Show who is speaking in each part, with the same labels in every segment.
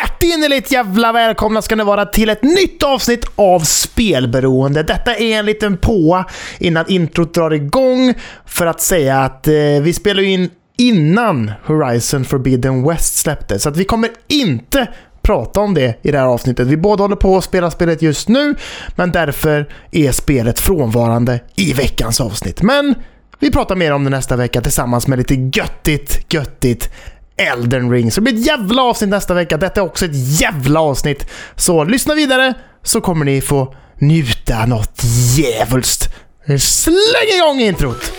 Speaker 1: Hjärtinnerligt jävla välkomna ska ni vara till ett nytt avsnitt av Spelberoende. Detta är en liten påa innan introt drar igång för att säga att eh, vi spelar ju in innan Horizon Forbidden West släpptes. Så att vi kommer inte prata om det i det här avsnittet. Vi båda håller på att spela spelet just nu, men därför är spelet frånvarande i veckans avsnitt. Men vi pratar mer om det nästa vecka tillsammans med lite göttigt, göttigt Elden Ring. Så det blir ett jävla avsnitt nästa vecka. Detta är också ett jävla avsnitt. Så lyssna vidare så kommer ni få njuta något djävulskt. Släng igång introt!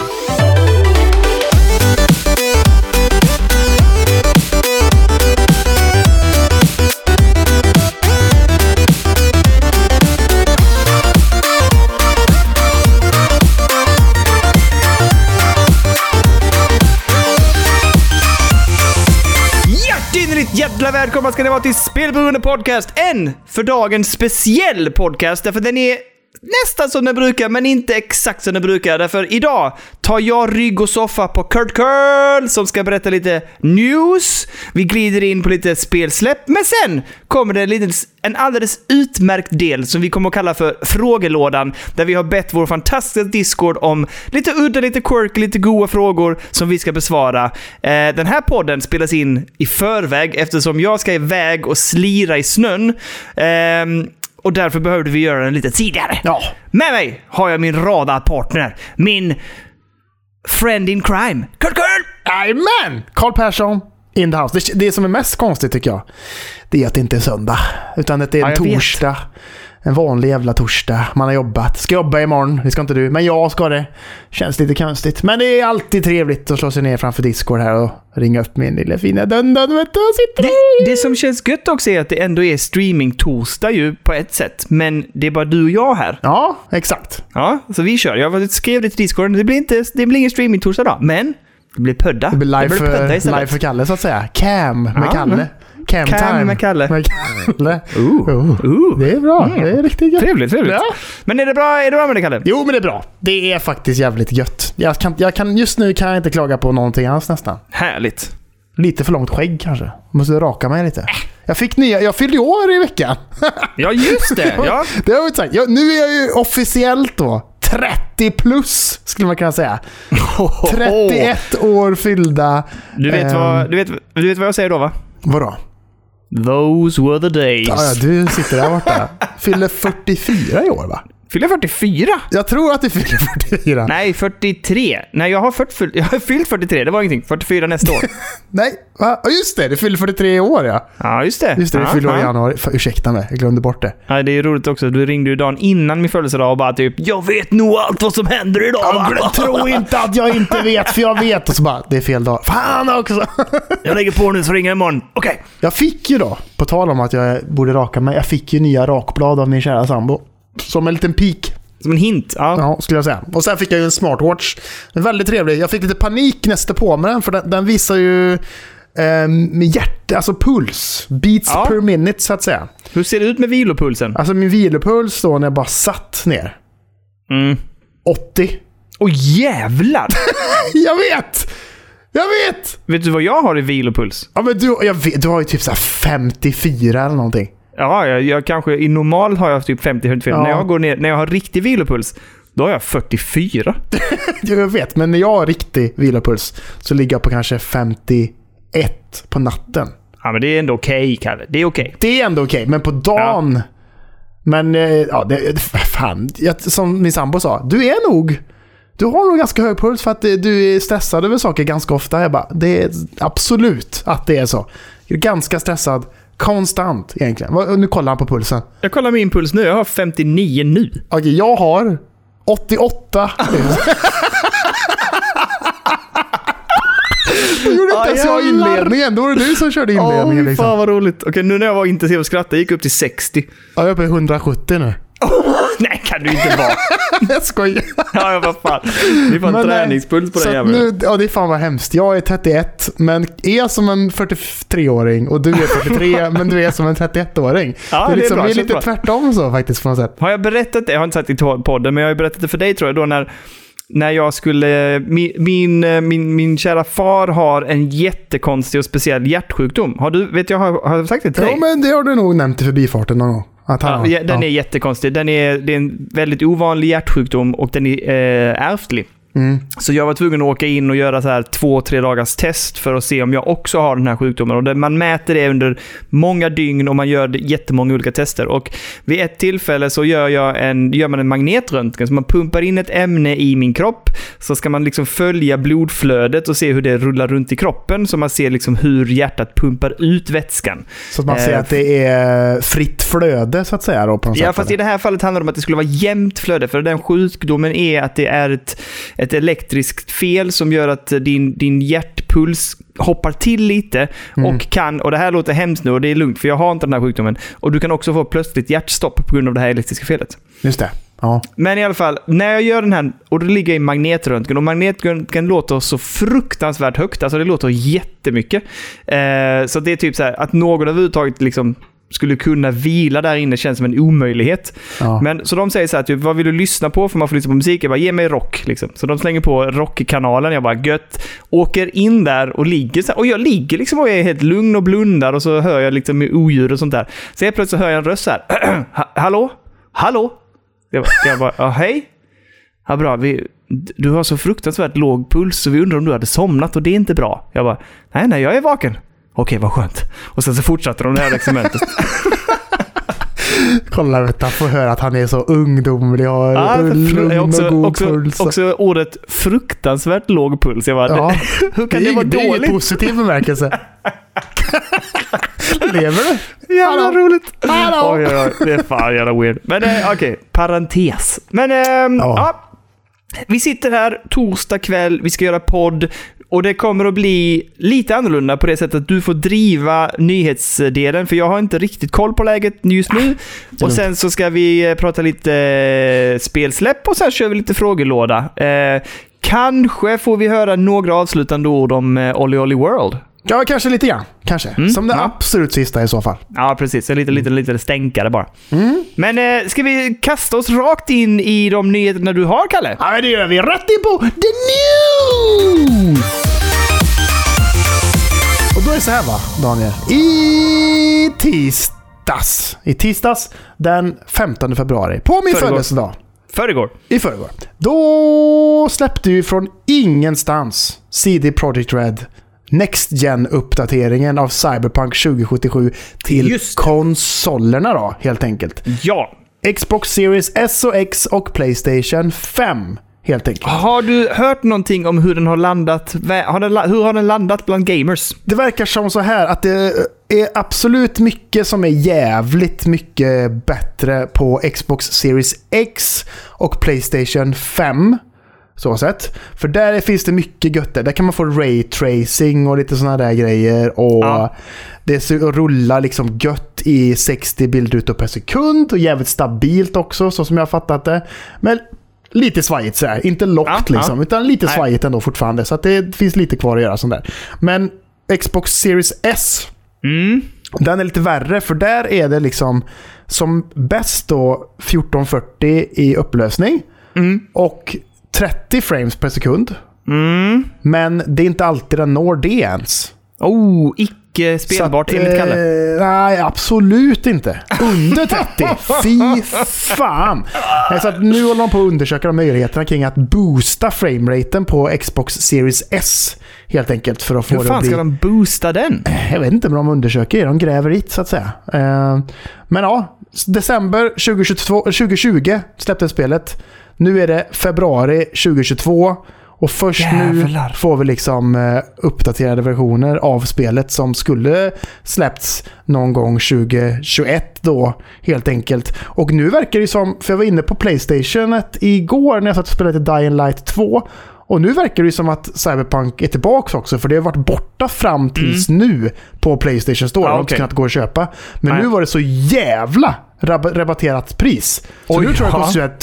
Speaker 2: Hjärtinnerligt jävla välkomna ska ni vara till Spelberoende Podcast. En för dagen speciell podcast, därför den är nästan som den brukar, men inte exakt som den brukar. Därför idag tar jag rygg och soffa på Kurt Curl som ska berätta lite news. Vi glider in på lite spelsläpp, men sen kommer det en, liten, en alldeles utmärkt del som vi kommer att kalla för frågelådan, där vi har bett vår fantastiska Discord om lite udda, lite quirky, lite goa frågor som vi ska besvara. Eh, den här podden spelas in i förväg eftersom jag ska iväg och slira i snön. Ehm, och därför behövde vi göra den lite tidigare.
Speaker 1: Ja,
Speaker 2: Med mig har jag min radarpartner, min friend in crime, Kurt Curl!
Speaker 1: Jajamän! Karl Persson in the house. Det, det som är mest konstigt tycker jag, det är att det inte är söndag. Utan att det är en
Speaker 2: Ja, jag vet.
Speaker 1: torsdag. En vanlig jävla torsdag. Man har jobbat. Ska jobba imorgon. Det ska inte du. Men jag ska det. Känns lite konstigt. Men det är alltid trevligt att slå sig ner framför Discord här och ringa upp min lilla fina Dundan. Vet du, och sitter
Speaker 2: Det,
Speaker 1: där.
Speaker 2: det som känns gött också är att det ändå är streaming-torsdag ju på ett sätt, men det är bara du och jag här.
Speaker 1: Ja, exakt.
Speaker 2: Ja, så vi kör. Jag skrev det till Discord, det blir, inte, det blir ingen streaming-torsdag då, men det blir pödda.
Speaker 1: Det blir live,
Speaker 2: pödda
Speaker 1: för,
Speaker 2: istället.
Speaker 1: live för Kalle så att säga. Cam med
Speaker 2: Ja,
Speaker 1: Kalle.
Speaker 2: men.
Speaker 1: Cam,
Speaker 2: Cam
Speaker 1: time.
Speaker 2: med Kalle.
Speaker 1: Med Kalle.
Speaker 2: Ooh.
Speaker 1: Oh.
Speaker 2: Ooh.
Speaker 1: Det är bra. Det är riktigt gött.
Speaker 2: Trevligt, trevligt.
Speaker 1: Ja.
Speaker 2: Men är det, bra, är det bra med det, Kalle?
Speaker 1: Jo, men det är bra. Det är faktiskt jävligt gött. Jag kan, jag kan, just nu kan jag inte klaga på någonting alls nästan.
Speaker 2: Härligt.
Speaker 1: Lite för långt skägg kanske. Måste raka mig
Speaker 2: Äh.
Speaker 1: lite. Jag fick nya, jag fyllde år i veckan.
Speaker 2: Ja, just det! Ja.
Speaker 1: Det har jag inte sagt. Jag, nu är jag ju officiellt då 30 plus, skulle man kunna säga. 31 år fyllda.
Speaker 2: Du vet,
Speaker 1: Ehm,
Speaker 2: vad, du, vet, du vet vad jag säger då, va?
Speaker 1: Vadå?
Speaker 2: Those were the days.
Speaker 1: Ja, ja, du sitter där borta. Fyller 44 i år va?
Speaker 2: Fyller jag 44?
Speaker 1: Jag tror att du fyller 44. Nej,
Speaker 2: Nej, 43. Nej, jag har, fört, fyll- jag har fyllt 43. Det var ingenting. 44 nästa år.
Speaker 1: va? Ja, Just det, du fyller 43 i år ja.
Speaker 2: Ja, just det.
Speaker 1: Just det, du
Speaker 2: ja,
Speaker 1: fyller år i
Speaker 2: ja.
Speaker 1: januari. Fan, ursäkta mig, jag glömde bort det.
Speaker 2: Ja, det är roligt också. Du ringde ju dagen innan min födelsedag och bara typ “Jag vet nog allt vad som händer idag”. va?"
Speaker 1: Tro inte att jag inte vet, för jag vet. Och så bara, det är fel dag. Fan också!
Speaker 2: Jag lägger på nu så ringer jag imorgon. Okej.
Speaker 1: Jag fick ju då, på tal om att jag borde raka mig, jag fick ju nya rakblad av min kära sambo. Som en liten pik,
Speaker 2: Som en hint. Ja.
Speaker 1: ja, skulle jag säga. Och sen fick jag ju en smartwatch. Den är väldigt trevlig. Jag fick lite panik nästa på med den, för den, den visar ju eh, med hjärta, alltså puls. Beats
Speaker 2: Ja.
Speaker 1: per minute, så att säga.
Speaker 2: Hur ser det ut med vilopulsen?
Speaker 1: Alltså min vilopuls då, när jag bara satt ner.
Speaker 2: Mm.
Speaker 1: 80.
Speaker 2: Åh jävlar!
Speaker 1: Jag vet! Jag vet!
Speaker 2: vet du vad jag har i vilopuls?
Speaker 1: Ja men du, jag vet, du har ju typ så här 54 eller någonting.
Speaker 2: Ja, jag, jag kanske... I normal har jag typ 50-55.
Speaker 1: Ja.
Speaker 2: När, jag går ner- när jag har riktig vilopuls, då har jag 44.
Speaker 1: Jag vet, men när jag har riktig vilopuls så ligger jag på kanske 51 på natten.
Speaker 2: Ja, men det är ändå okej, Kalle. Det är okej.
Speaker 1: Det är ändå okej, men på dagen... Men eh, ja, det, det- fan. Jag, som min sambo sa, du är nog... Du har nog ganska hög puls för att eh, du är stressad över saker ganska ofta. Jag bara, det är absolut att det är så. Jag är ganska stressad konstant egentligen. Vad- Nu kollar han på pulsen.
Speaker 2: Jag kollar min puls nu. Jag har 59 nu.
Speaker 1: Okej, jag har 88. Då gjorde inte
Speaker 2: Ah,
Speaker 1: ens jag
Speaker 2: jävlar.
Speaker 1: inledningen. Då var det du som körde
Speaker 2: Åh,
Speaker 1: inledningen.
Speaker 2: fy
Speaker 1: liksom.
Speaker 2: fan vad roligt. Okej, nu när jag var intensiv och skrattade gick jag upp till 60.
Speaker 1: Ja, jag är uppe i 170 nu.
Speaker 2: Nej, kan du inte vara.
Speaker 1: jag skojar.
Speaker 2: Ja, ja, vad fan. Det är fan
Speaker 1: Men, eh,
Speaker 2: träningspuls på
Speaker 1: så
Speaker 2: den
Speaker 1: att
Speaker 2: jäveln.
Speaker 1: nu, ja, det är fan vad hemskt. Jag är 31, men är som en 43-åring. Och du är 43, men du är som en 31-åring. det
Speaker 2: Ja, det
Speaker 1: är,
Speaker 2: är
Speaker 1: liksom,
Speaker 2: bra,
Speaker 1: vi är
Speaker 2: känns
Speaker 1: lite
Speaker 2: bra.
Speaker 1: tvärtom så faktiskt på något sätt.
Speaker 2: Har jag berättat det? Jag har inte sagt det i podden, men jag har ju berättat det för dig tror jag. Då när när jag skulle... Min, min, eh, min, min kära far har en jättekonstig och speciell hjärtsjukdom. Har du, vet jag, har, har jag sagt det till dig?
Speaker 1: Ja, men det har du nog nämnt i förbifarten någon gång. Att han,
Speaker 2: Ja,
Speaker 1: har-
Speaker 2: den är jättekonstig. Den är, det är en väldigt ovanlig hjärtsjukdom och den är eh, ärftlig.
Speaker 1: Mm.
Speaker 2: Så jag var tvungen att åka in och göra så här två, tre dagars test för att se om jag också har den här sjukdomen. Och det, man mäter det under många dygn och man gör det- jättemånga olika tester. Och vid ett tillfälle så gör, jag en, gör man en magnetröntgen. Så man pumpar in ett ämne i min kropp. Så ska man liksom följa blodflödet och se hur det rullar runt i kroppen. Så man ser liksom hur hjärtat pumpar ut vätskan.
Speaker 1: Så att man
Speaker 2: Eh,
Speaker 1: ser att det är fritt flöde så att säga. Då, på något
Speaker 2: Ja,
Speaker 1: sätt,
Speaker 2: fast i
Speaker 1: eller?
Speaker 2: det här fallet handlar det om att det skulle vara jämnt flöde, för den sjukdomen är att det är ett, ett elektriskt fel som gör att din, din hjärtpuls hoppar till lite
Speaker 1: Mm.
Speaker 2: och kan, och det här låter hemskt nu och det är lugnt för jag har inte den här sjukdomen, och du kan också få plötsligt hjärtstopp på grund av det här elektriska felet.
Speaker 1: Just det. Ja.
Speaker 2: Men i alla fall, när jag gör den här, och då ligger jag i magnetröntgen, och magnetröntgen låter så fruktansvärt högt, alltså det låter jättemycket. Eh, så det är typ så här, att någon överhuvudtaget liksom skulle kunna vila där inne känns som en omöjlighet.
Speaker 1: Ja.
Speaker 2: Men, så de säger så här, typ, vad vill du lyssna på? För man får lyssna på musik. Jag bara, ge mig rock. Liksom. Så de slänger på rockkanalen. Jag bara, gött. Åker in där och ligger så här. Och jag ligger liksom och är helt lugn och blundar och så hör jag liksom odjur och sånt där. Så helt plötsligt så hör jag en röst så här. "Ha- Hallå? Hallå? Jag bara, jag bara ja, hej? Ja, bra. Vi, du har så fruktansvärt låg puls så vi undrar om du hade somnat och det är inte bra. Jag bara, nej, nej, jag är vaken. Okej, vad skönt. Och sen så fortsatte de det här experimentet.
Speaker 1: Kolla, vet du, får höra att han är så ungdomlig och
Speaker 2: Ja,
Speaker 1: lugn
Speaker 2: Ah, fru-
Speaker 1: och
Speaker 2: också,
Speaker 1: god
Speaker 2: också,
Speaker 1: puls.
Speaker 2: också ordet fruktansvärt låg puls. Jag bara,
Speaker 1: Ja.
Speaker 2: hur kan
Speaker 1: är
Speaker 2: det, vara
Speaker 1: inget- Det är
Speaker 2: dåligt?
Speaker 1: inget positiv bemärkelse. Lever du?
Speaker 2: Jävla
Speaker 1: Hallå.
Speaker 2: roligt.
Speaker 1: Hallå.
Speaker 2: Oj, oj, oj. Det är fan jävla weird. Men eh, okej, parentes. Men ehm,
Speaker 1: Ja.
Speaker 2: ja. Vi sitter här torsdag kväll, vi ska göra podd och det kommer att bli lite annorlunda på det sättet att du får driva nyhetsdelen för jag har inte riktigt koll på läget just nu. Och sen så ska vi eh, prata lite eh, spelsläpp och sen kör vi lite frågelåda. Eh, kanske får vi höra några avslutande ord om eh, Olly Olly World.
Speaker 1: Ja, kanske lite grann. Kanske. Som det
Speaker 2: ja.
Speaker 1: absolut sista i så fall.
Speaker 2: Ja, precis. En liten, liten, liten stänkare bara.
Speaker 1: Mm.
Speaker 2: Men eh, ska vi kasta oss rakt in i de nyheterna du har, Kalle?
Speaker 1: Ja, men det gör vi. Rätt in på the news! Och då är det så här va, Daniel. I tisdags. I tisdags den 15 februari. På min
Speaker 2: Förrgår.
Speaker 1: födelsedag.
Speaker 2: Förrgår.
Speaker 1: I förrgår. Då släppte ju från ingenstans CD Projekt Red Next Gen-uppdateringen av Cyberpunk 2077 till
Speaker 2: Just det.
Speaker 1: konsolerna då, helt enkelt.
Speaker 2: Ja.
Speaker 1: Xbox Series S och X och Playstation 5, helt enkelt.
Speaker 2: Har du hört någonting om hur den har landat? Vä- Har den, la- hur har den landat bland gamers?
Speaker 1: Det verkar som så här att det är absolut mycket som är jävligt mycket bättre på Xbox Series X och Playstation 5. Så sett. För där finns det mycket gött där. Där kan man få ray tracing och lite sådana där grejer. Och
Speaker 2: Ja.
Speaker 1: Det ser- rullar liksom gött i 60 bildrutor per sekund och jävligt stabilt också, så som jag har fattat det. Men lite svajigt sådär. Inte lockt
Speaker 2: Ja, ja.
Speaker 1: liksom, utan lite
Speaker 2: Nej.
Speaker 1: svajigt ändå fortfarande. Så att det finns lite kvar att göra sånt där. Men Xbox Series S,
Speaker 2: Mm.
Speaker 1: den är lite värre för där är det liksom som bäst då 1440 i upplösning
Speaker 2: Mm.
Speaker 1: och 30 frames per sekund.
Speaker 2: Mm.
Speaker 1: Men det är inte alltid den når det ens.
Speaker 2: Oh, icke spelbart
Speaker 1: Så att,
Speaker 2: enligt Kalle.
Speaker 1: Eh, nej, absolut inte. Under 30. Fy fan! Nej, Så att nu håller de på att undersöka de möjligheterna kring att boosta frameraten på Xbox Series S. Helt enkelt för att få
Speaker 2: Hur
Speaker 1: det att
Speaker 2: fan
Speaker 1: bli...
Speaker 2: ska de boosta den?
Speaker 1: Jag vet inte, men de undersöker. De gräver dit så att säga. Eh, Men ja, december 2022, 2020 släpptes spelet. Nu är det februari 2022. Och först
Speaker 2: Jävlar.
Speaker 1: nu får vi liksom eh, uppdaterade versioner av spelet som skulle släppts någon gång 2021 då helt enkelt. Och nu verkar det som, för jag var inne på Playstationet igår när jag satt och spelade lite Dying Light 2. Och nu verkar det som att Cyberpunk är tillbaka också, för det har varit borta fram tills nu på Playstation Store.
Speaker 2: Mm. Ja,
Speaker 1: Ah, har inte
Speaker 2: okej.
Speaker 1: kunnat gå och köpa. Men
Speaker 2: Nej.
Speaker 1: nu var det så jävla rab- rabatterat pris. Så
Speaker 2: Oj,
Speaker 1: nu tror jag det
Speaker 2: ja.
Speaker 1: kostar så här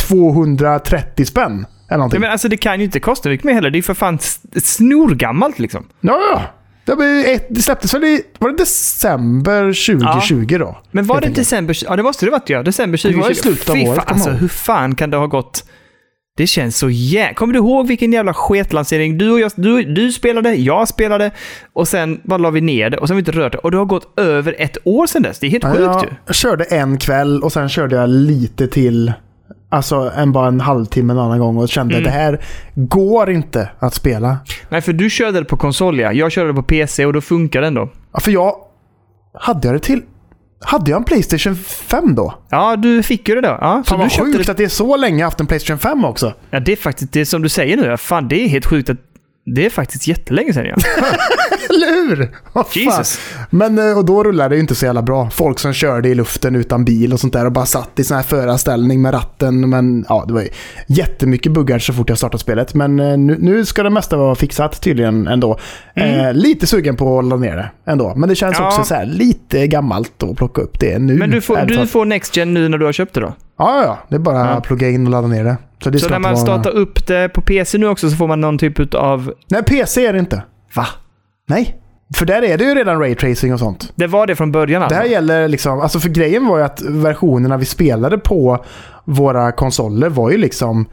Speaker 1: 230 spänn. Eller
Speaker 2: Ja,
Speaker 1: någonting.
Speaker 2: men alltså, det kan ju inte kosta mycket mer heller. Det är ju för fan s- snorgammalt liksom.
Speaker 1: Ja, ja. Det, var ett, det släpptes väl i var det december 2020 då?
Speaker 2: Men var
Speaker 1: Helt
Speaker 2: det
Speaker 1: enkelt.
Speaker 2: december? Ja, det måste det varit ja. December 2020.
Speaker 1: Det var i slutet av
Speaker 2: Fy
Speaker 1: året,
Speaker 2: fan,
Speaker 1: kommer jag
Speaker 2: alltså,
Speaker 1: ihåg.
Speaker 2: hur fan kan det ha gått? Det känns så jävla... Kommer du ihåg vilken jävla sketlansering? Du, och jag, du, du spelade, jag spelade och sen bara la vi ner det och sen har vi inte rört det. Och det har gått över ett år sedan dess. Det är helt sjukt ju.
Speaker 1: Jag körde en kväll och sen körde jag lite till. Alltså en, bara en halvtimme en annan gång och kände det här går inte att spela.
Speaker 2: Nej, för du körde det på konsol ja. Jag körde det på PC och då funkar det ändå.
Speaker 1: Ja, För jag... Hade jag det till... Hade jag en Playstation 5 då?
Speaker 2: Ja, du fick ju det då. Ja, så
Speaker 1: Fan
Speaker 2: du
Speaker 1: vad
Speaker 2: köpte
Speaker 1: sjukt
Speaker 2: det.
Speaker 1: att det är så länge jag haft en Playstation 5 också.
Speaker 2: Ja, det är faktiskt det är som du säger nu. ja. Fan, det är helt sjukt att... Det är faktiskt jättelänge sedan ja.
Speaker 1: Eller hur? Vad fan.
Speaker 2: Jesus.
Speaker 1: Men eh, och då rullade det ju inte så jävla bra. Folk som körde i luften utan bil och sånt där och bara satt i sån här förarställning med ratten. Men ja, det var ju jättemycket buggar så fort jag startade spelet. Men eh, nu, nu ska det mesta vara fixat tydligen ändå. Eh, lite sugen på att hålla ner det ändå. Men det känns
Speaker 2: Mm. Ja.
Speaker 1: också så här lite gammalt att plocka upp det nu.
Speaker 2: Men du får,
Speaker 1: ärligt
Speaker 2: du
Speaker 1: talat.
Speaker 2: får Next Gen nu när du har köpt det då?
Speaker 1: Ja, ja, ja. Det är bara att
Speaker 2: Ja.
Speaker 1: plugga in och ladda ner det. Så, det
Speaker 2: Så
Speaker 1: ska
Speaker 2: när
Speaker 1: inte
Speaker 2: man
Speaker 1: vara-
Speaker 2: startar upp det på PC nu också så får man någon typ av...
Speaker 1: Nej, PC är det inte.
Speaker 2: Va?
Speaker 1: Nej. För där är det ju redan raytracing och sånt.
Speaker 2: Det var det från början
Speaker 1: Det
Speaker 2: alltså?
Speaker 1: här gäller liksom, alltså för grejen var ju att versionerna vi spelade på våra konsoler var ju liksom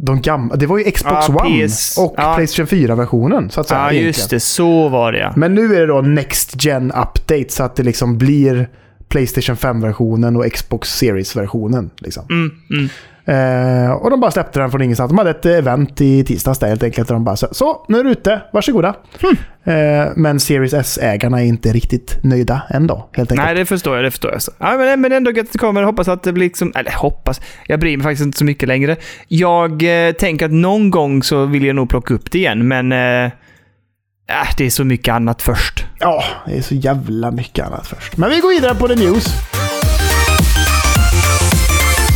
Speaker 1: de gamla. Det var ju Xbox
Speaker 2: Ja,
Speaker 1: One
Speaker 2: PS
Speaker 1: och
Speaker 2: ja.
Speaker 1: Playstation 4-versionen. Så att säga,
Speaker 2: Ja,
Speaker 1: egentligen.
Speaker 2: just det. Så var det ja.
Speaker 1: Men nu är det då Next Gen Update så att det liksom blir Playstation 5-versionen och Xbox Series-versionen. Liksom.
Speaker 2: Mm, mm.
Speaker 1: Eh, och de bara släppte den från ingenstans. De hade ett event i tisdags där helt enkelt. Där de bara så, så, nu är du ute. Varsågoda.
Speaker 2: Hm.
Speaker 1: Eh, men Series S-ägarna är inte riktigt nöjda än då. Helt enkelt.
Speaker 2: Nej, det förstår jag. Det förstår jag. Så. Ja, men, men ändå gött att det kommer. Hoppas att det blir liksom... Eller hoppas. Jag bryr mig faktiskt inte så mycket längre. Jag eh, tänker att någon gång så vill jag nog plocka upp det igen, men... Eh, äh, det är så mycket annat först.
Speaker 1: Ja, det är så jävla mycket annat först. Men vi går vidare på the news.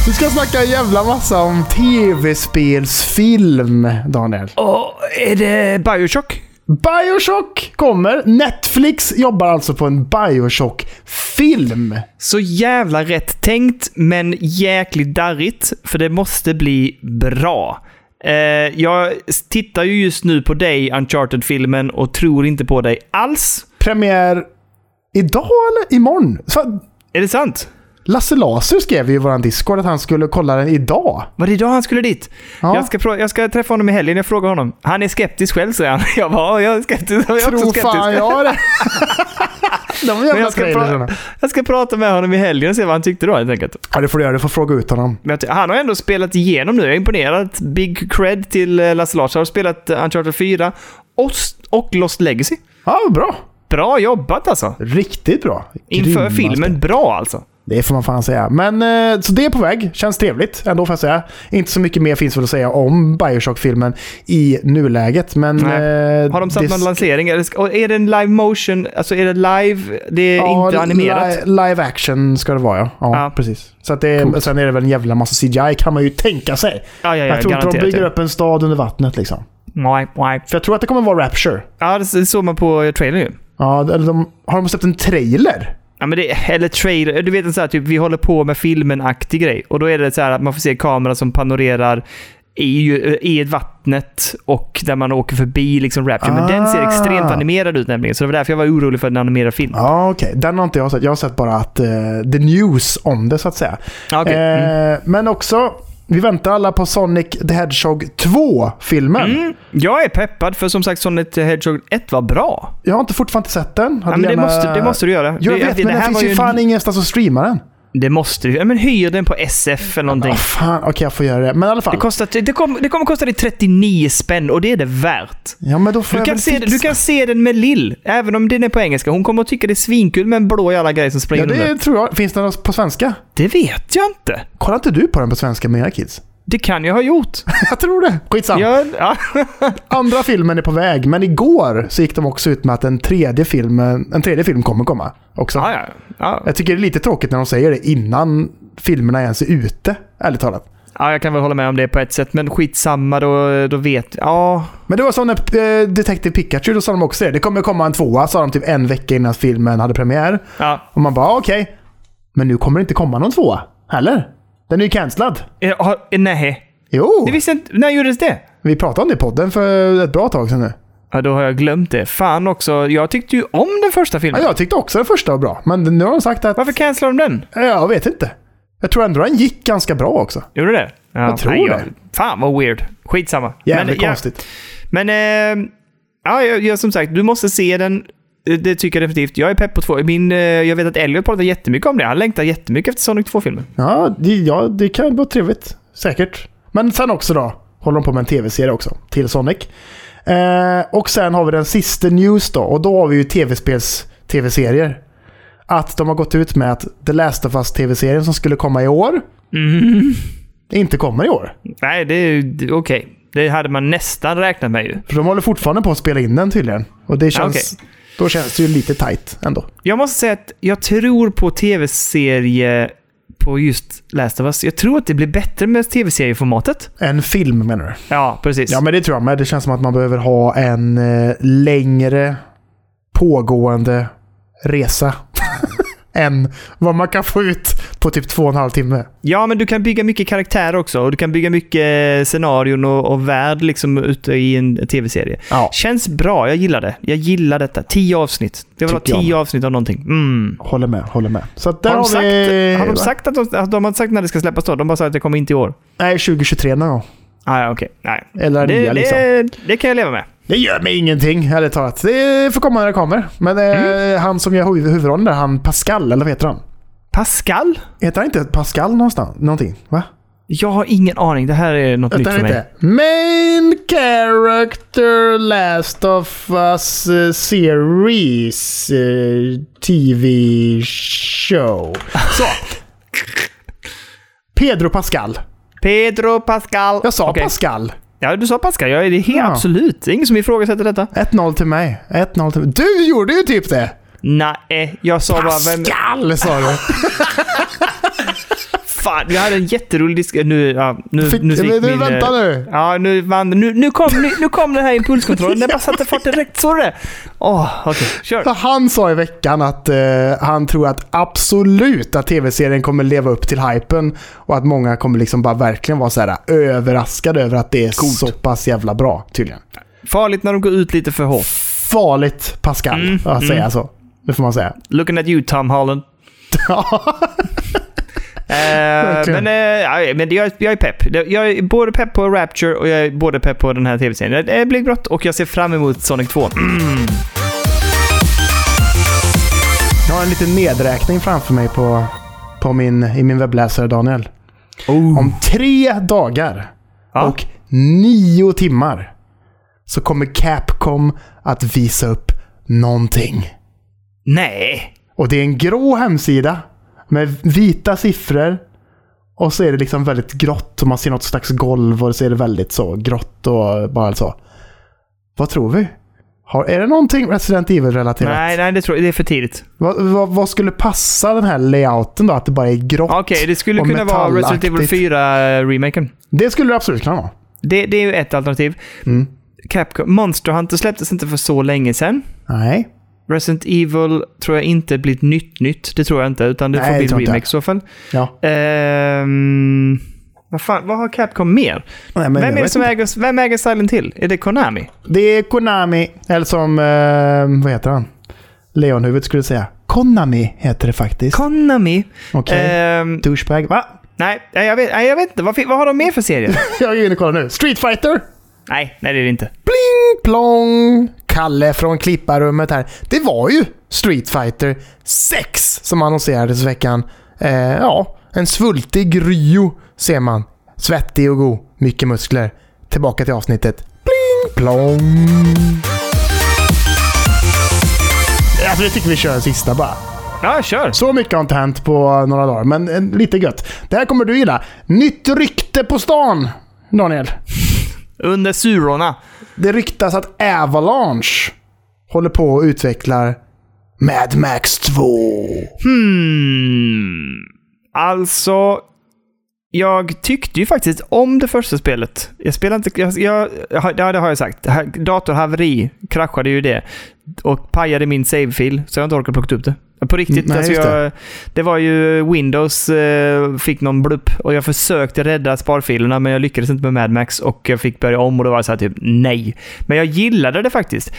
Speaker 1: Vi ska snacka en jävla massa om tv-spelsfilm, Daniel.
Speaker 2: Åh, är det Bioshock?
Speaker 1: Bioshock kommer. Netflix jobbar alltså på en Bioshock-film.
Speaker 2: Så jävla rätt tänkt, men jäkligt darrigt, för det måste bli bra. Eh, jag tittar ju just nu på dig, Uncharted-filmen, och tror inte på dig alls.
Speaker 1: Premiär idag eller imorgon? Så
Speaker 2: Är det sant?
Speaker 1: Lasse Laser skrev ju i våran Discord att han skulle kolla den idag.
Speaker 2: Var det idag han skulle dit?
Speaker 1: Ja.
Speaker 2: Jag, ska prova- jag ska träffa honom i helgen, jag frågar honom. Han är skeptisk själv, säger han. Jag bara, "Ja, jag är skeptisk. Jag är också
Speaker 1: Tror
Speaker 2: skeptisk.
Speaker 1: fan jag det. De
Speaker 2: Men
Speaker 1: jävla
Speaker 2: jag, ska
Speaker 1: trailersarna.
Speaker 2: pra- jag ska prata med honom i helgen och se vad han tyckte då, helt enkelt.
Speaker 1: Ja, det får du göra. Du får fråga ut honom.
Speaker 2: Men jag ty- han har ändå spelat igenom nu. Jag är imponerad. Big cred till eh, Lasse Larsson. Han har spelat eh, Uncharted 4 och, och Lost Legacy.
Speaker 1: Ja, bra.
Speaker 2: Bra jobbat alltså!
Speaker 1: Riktigt bra.
Speaker 2: Inför
Speaker 1: Grymmaste.
Speaker 2: filmen, bra alltså.
Speaker 1: Det får man fan säga. Men eh, så det är på väg. Känns trevligt ändå får jag säga. Inte så mycket mer finns väl att säga om Bioshock-filmen i nuläget. Men...
Speaker 2: Nej.
Speaker 1: eh,
Speaker 2: Har de satt
Speaker 1: det-
Speaker 2: någon lansering? Eller ska- och Är det en live motion? Alltså är det live? Det är
Speaker 1: Ja,
Speaker 2: inte animerat?
Speaker 1: Li live action ska det vara ja. Ja,
Speaker 2: Ja.
Speaker 1: precis. Så att det, sen är det väl en jävla massa CGI kan man ju tänka sig.
Speaker 2: Ja, ja, ja,
Speaker 1: jag tror inte de
Speaker 2: garanterat,
Speaker 1: bygger
Speaker 2: ja.
Speaker 1: upp en stad under vattnet liksom.
Speaker 2: Nej, nej.
Speaker 1: För jag tror att det kommer vara Rapture.
Speaker 2: Ja, det det såg man på eh, trailern ju.
Speaker 1: Ja, eller de, har de släppt en trailer?
Speaker 2: Ja, men det, eller trailer. Du vet en sån här typ, vi håller på med filmen-aktig grej. Och då är det så här att man får se kameran som panorerar i, eh, i vattnet och där man åker förbi liksom Rapture. Men den ser
Speaker 1: Ah.
Speaker 2: extremt animerad ut nämligen. Så det var därför jag var orolig för en animerad film.
Speaker 1: Ja, okej. Den har inte jag sett. Jag har sett bara att eh, the news om det så att säga.
Speaker 2: Ja, okej. Mm.
Speaker 1: Eh, men också, vi väntar alla på Sonic the Hedgehog 2-filmen.
Speaker 2: Mm. Jag är peppad för som sagt Sonic the Hedgehog 1 var bra.
Speaker 1: Jag har inte fortfarande inte sett den. Hade
Speaker 2: Ja, men det,
Speaker 1: gärna-
Speaker 2: måste, det måste du göra.
Speaker 1: eh, Jag
Speaker 2: det, alltså,
Speaker 1: vet,
Speaker 2: det,
Speaker 1: men
Speaker 2: här
Speaker 1: den
Speaker 2: var
Speaker 1: finns ju
Speaker 2: en-
Speaker 1: fan ingenstans att streama den.
Speaker 2: Det måste du. Ja, men hyr den på SF eller någonting.
Speaker 1: Åh fan, okej jag får göra det. Men i alla
Speaker 2: det,
Speaker 1: fall.
Speaker 2: kostar, det, kom, det kommer kosta dig 39 spänn och det är det värt.
Speaker 1: Ja, men då får
Speaker 2: Du
Speaker 1: jag
Speaker 2: kan,
Speaker 1: väl
Speaker 2: se,
Speaker 1: fixa.
Speaker 2: du kan se den med Lill, även om den är på engelska. Hon kommer att tycka det är svinkul med en blå i alla grejer som springer
Speaker 1: Ja,
Speaker 2: runt. det,
Speaker 1: det tror jag. Finns den på svenska?
Speaker 2: vet jag inte.
Speaker 1: Kollar inte du på den på svenska med era kids?
Speaker 2: Det kan jag ha gjort.
Speaker 1: Jag tror det. Skitsamma.
Speaker 2: Jag, ja.
Speaker 1: Andra filmen är på väg, men igår så gick de också ut med att en tredje, filmen, en tredje film kommer komma. Också.
Speaker 2: Ja, ja, ja.
Speaker 1: Jag tycker det är lite tråkigt när de säger det innan filmerna ens är ute, ärligt talat.
Speaker 2: ja, jag kan väl hålla med om det på ett sätt, men skitsamma, då, då vet Ja,
Speaker 1: Men det var som när eh, Detective Pikachu, då sa de också det. Det kommer komma en tvåa, sa de typ en vecka innan filmen hade premiär.
Speaker 2: ja.
Speaker 1: Och man bara, ah, okej. Men nu kommer det inte komma någon tvåa, heller. Den är ju cancellad.
Speaker 2: Eh, har- eh, Nej.
Speaker 1: Jo,
Speaker 2: Det visste inte... När gjordes det?
Speaker 1: vi pratade om det i podden för ett bra tag sedan nu.
Speaker 2: Ja, då har jag glömt det. Fan också. Jag tyckte ju om den första
Speaker 1: Ja,
Speaker 2: filmen.
Speaker 1: jag tyckte också den första var bra, men nu har de sagt att...
Speaker 2: Varför cancellar de den?
Speaker 1: Jag vet inte. Jag tror ändå den gick ganska bra också.
Speaker 2: Gjorde du det? Ja,
Speaker 1: Jag tror
Speaker 2: nej,
Speaker 1: det.
Speaker 2: Fan vad weird. Skitsamma.
Speaker 1: Jävligt
Speaker 2: ja,
Speaker 1: konstigt.
Speaker 2: Men eh, ja, jag, jag, som sagt, du måste se den. Det tycker jag definitivt. Jag är pepp på två. Min, eh, jag vet att Elliot pratar jättemycket om det. Han längtar jättemycket efter Sonic 2-filmen.
Speaker 1: Ja, det, ja, det kan vara trevligt. Säkert. Men sen också då, håller de på med en tv-serie också, till Sonic. Eh, och sen har vi den sista news då, och då har vi ju tv-spels tv-serier. Att de har gått ut med att The Last of Us tv-serien som skulle komma i år, inte kommer i år.
Speaker 2: Nej, det är det- okej. Det hade man nästan räknat med ju.
Speaker 1: För de håller fortfarande på att spela in den tydligen. Och det känns, då känns det ju lite tight ändå.
Speaker 2: Jag måste säga att jag tror på tv-serie på just Last of Us. Jag tror att det blir bättre med tv-serieformatet.
Speaker 1: En film menar du?
Speaker 2: Ja, precis.
Speaker 1: Ja, men det tror jag med. Det känns som att man behöver ha en eh, längre pågående resa än vad man kan få ut på typ två och en halv timme.
Speaker 2: Ja, men du kan bygga mycket karaktärer också och du kan bygga mycket eh, scenarion och, och värld liksom ute i en tv-serie.
Speaker 1: Ja.
Speaker 2: Känns bra, jag gillar det. Jag gillar detta. Tio avsnitt. Jag vill
Speaker 1: Tycker
Speaker 2: ha
Speaker 1: jag
Speaker 2: tio avsnitt av någonting. Mm.
Speaker 1: Håller med, håller med. Så att där
Speaker 2: Har de,
Speaker 1: har,
Speaker 2: sagt,
Speaker 1: vi...
Speaker 2: har de sagt att de, att de har sagt när det ska släppas då? De bara sa att det kommer inte i år.
Speaker 1: Nej, 2023 någon gång.
Speaker 2: Ah, ja, okej. Nej.
Speaker 1: Eller
Speaker 2: Det,
Speaker 1: nya liksom. Det...
Speaker 2: det, det kan jag leva med.
Speaker 1: gör mig ingenting, ärligt talat. Det får komma när det kommer. Men eh,
Speaker 2: Mm.
Speaker 1: han som gör huv- huvudrollen där, han Pascal, eller vad heter han?
Speaker 2: Pascal?
Speaker 1: Heter han inte Pascal någonstans? Någonting? Va?
Speaker 2: Jag har ingen aning. Det här är något nytt
Speaker 1: Vänta
Speaker 2: för mig.
Speaker 1: lite. Main character Last of Us eh, series eh, TV show. Så. Pedro Pascal.
Speaker 2: Pedro Pascal.
Speaker 1: Jag sa
Speaker 2: Okej.
Speaker 1: Pascal.
Speaker 2: Ja, du sa Pascal. Ja, det är helt
Speaker 1: Ja.
Speaker 2: absolut. Det är ingen som ifrågasätter detta.
Speaker 1: 1-0 till mig. 1-0 till mig. Du gjorde ju typ det!
Speaker 2: Nej, jag sa bara... Vem,
Speaker 1: Pascal sa du.
Speaker 2: Fan, jag hade en jätterolig disk... Nu, ja, nu,
Speaker 1: Fick-
Speaker 2: nu gick
Speaker 1: men du,
Speaker 2: min, eh,
Speaker 1: vänta nu.
Speaker 2: Ja, nu vann... Nu, nu, kom, nu, nu kom den här impulskontrollen. Den bara satte fart direkt. Såg du det? Åh, okej. Kör.
Speaker 1: Så Han sa i veckan att eh, han tror att absolut att tv-serien kommer leva upp till hypen och att många kommer liksom bara verkligen vara så här överraskade över att det är
Speaker 2: Coolt.
Speaker 1: så pass jävla bra tydligen.
Speaker 2: Farligt när de går ut lite för hårt.
Speaker 1: Farligt Pascal
Speaker 2: Mm,
Speaker 1: att säga
Speaker 2: mm.
Speaker 1: så. Det får man säga.
Speaker 2: Looking at you, Tom Holland.
Speaker 1: Ja.
Speaker 2: Eh,
Speaker 1: Verkligen.
Speaker 2: men eh, ja, men jag, jag är pepp. Jag är både pepp på Rapture och jag är både pepp på den här tv-serien. Det blir grått och jag ser fram emot Sonic 2.
Speaker 1: Jag har en liten nedräkning framför mig på, på min, i min webbläsare Daniel. Om tre dagar
Speaker 2: Ja.
Speaker 1: och nio timmar så kommer Capcom att visa upp någonting.
Speaker 2: Nej!
Speaker 1: Och det är en grå hemsida med vita siffror. Och så är det liksom väldigt grått och man ser något slags golv och så är det väldigt så grått och bara så. Vad tror vi? Har, är det någonting Resident Evil-relaterat?
Speaker 2: Nej, nej, det tror jag. Det är för tidigt.
Speaker 1: Vad, vad, vad skulle passa den här layouten då? Att det bara är grått?
Speaker 2: Okej, det skulle
Speaker 1: och
Speaker 2: kunna vara Resident Evil eh,
Speaker 1: metallaktigt.
Speaker 2: 4-remaken.
Speaker 1: Det skulle det absolut kunna vara.
Speaker 2: Det, det är ju ett alternativ.
Speaker 1: Mm.
Speaker 2: Capcom. Monster Hunter släpptes inte för så länge sedan.
Speaker 1: Nej.
Speaker 2: Resident Evil tror jag inte blir ett nytt nytt. Det tror jag inte, utan det
Speaker 1: Nej,
Speaker 2: får
Speaker 1: det
Speaker 2: bli en
Speaker 1: tror jag inte.
Speaker 2: remake i så fall.
Speaker 1: Ja.
Speaker 2: Ehm, vad, fan, vad har Capcom mer?
Speaker 1: Nej, men jag
Speaker 2: vem, är det
Speaker 1: vet
Speaker 2: som
Speaker 1: inte.
Speaker 2: äger, vem äger Silent Hill? Är det Konami?
Speaker 1: Det är Konami, eller som... Eh, vad heter han? Leonhuvudet skulle säga. Konami heter det faktiskt.
Speaker 2: Konami?
Speaker 1: Okej.
Speaker 2: Ehm,
Speaker 1: Douchebag. Va?
Speaker 2: nej, nej, jag vet, nej, jag vet inte. Vad, fi- vad har de mer för serier?
Speaker 1: Jag är inne och kollar nu. Street Fighter.
Speaker 2: nej, nej, det är det inte.
Speaker 1: Pling plong! Kalle från klipparummet här. Det var ju Street Fighter 6 som annonserades i veckan. Eh, ja, en svultig Ryo ser man. Svettig och god. Mycket muskler. Tillbaka till avsnittet. Pling plong! Alltså jag tycker vi kör en sista bara.
Speaker 2: Ja, kör!
Speaker 1: Så mycket har inte hänt på några dagar, men eh, lite gött. Det här kommer du gilla. Nytt rykte på stan, Daniel.
Speaker 2: Under surorna.
Speaker 1: Det ryktas att Avalanche håller på och utvecklar Mad Max 2.
Speaker 2: Hmm. Alltså, jag tyckte ju faktiskt om det första spelet. Jag spelar inte... Jag, jag, ja, det har jag sagt. Det här- Datorhaveri kraschade ju det och pajade min save-fil, så jag har inte orkat plocka upp det. På riktigt.
Speaker 1: Mm, nej,
Speaker 2: alltså
Speaker 1: just det.
Speaker 2: jag, det var ju Windows eh, fick någon blupp och jag försökte rädda sparfilerna men jag lyckades inte med Mad Max och jag fick börja om och då var det så här typ nej. Men jag gillade det faktiskt.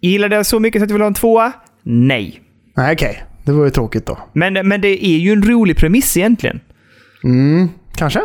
Speaker 2: Gillade jag så mycket så att jag ville ha en tvåa? Nej.
Speaker 1: Nej, okej. Det var ju tråkigt då.
Speaker 2: Men, men det är ju en rolig premiss egentligen.
Speaker 1: Mm, kanske?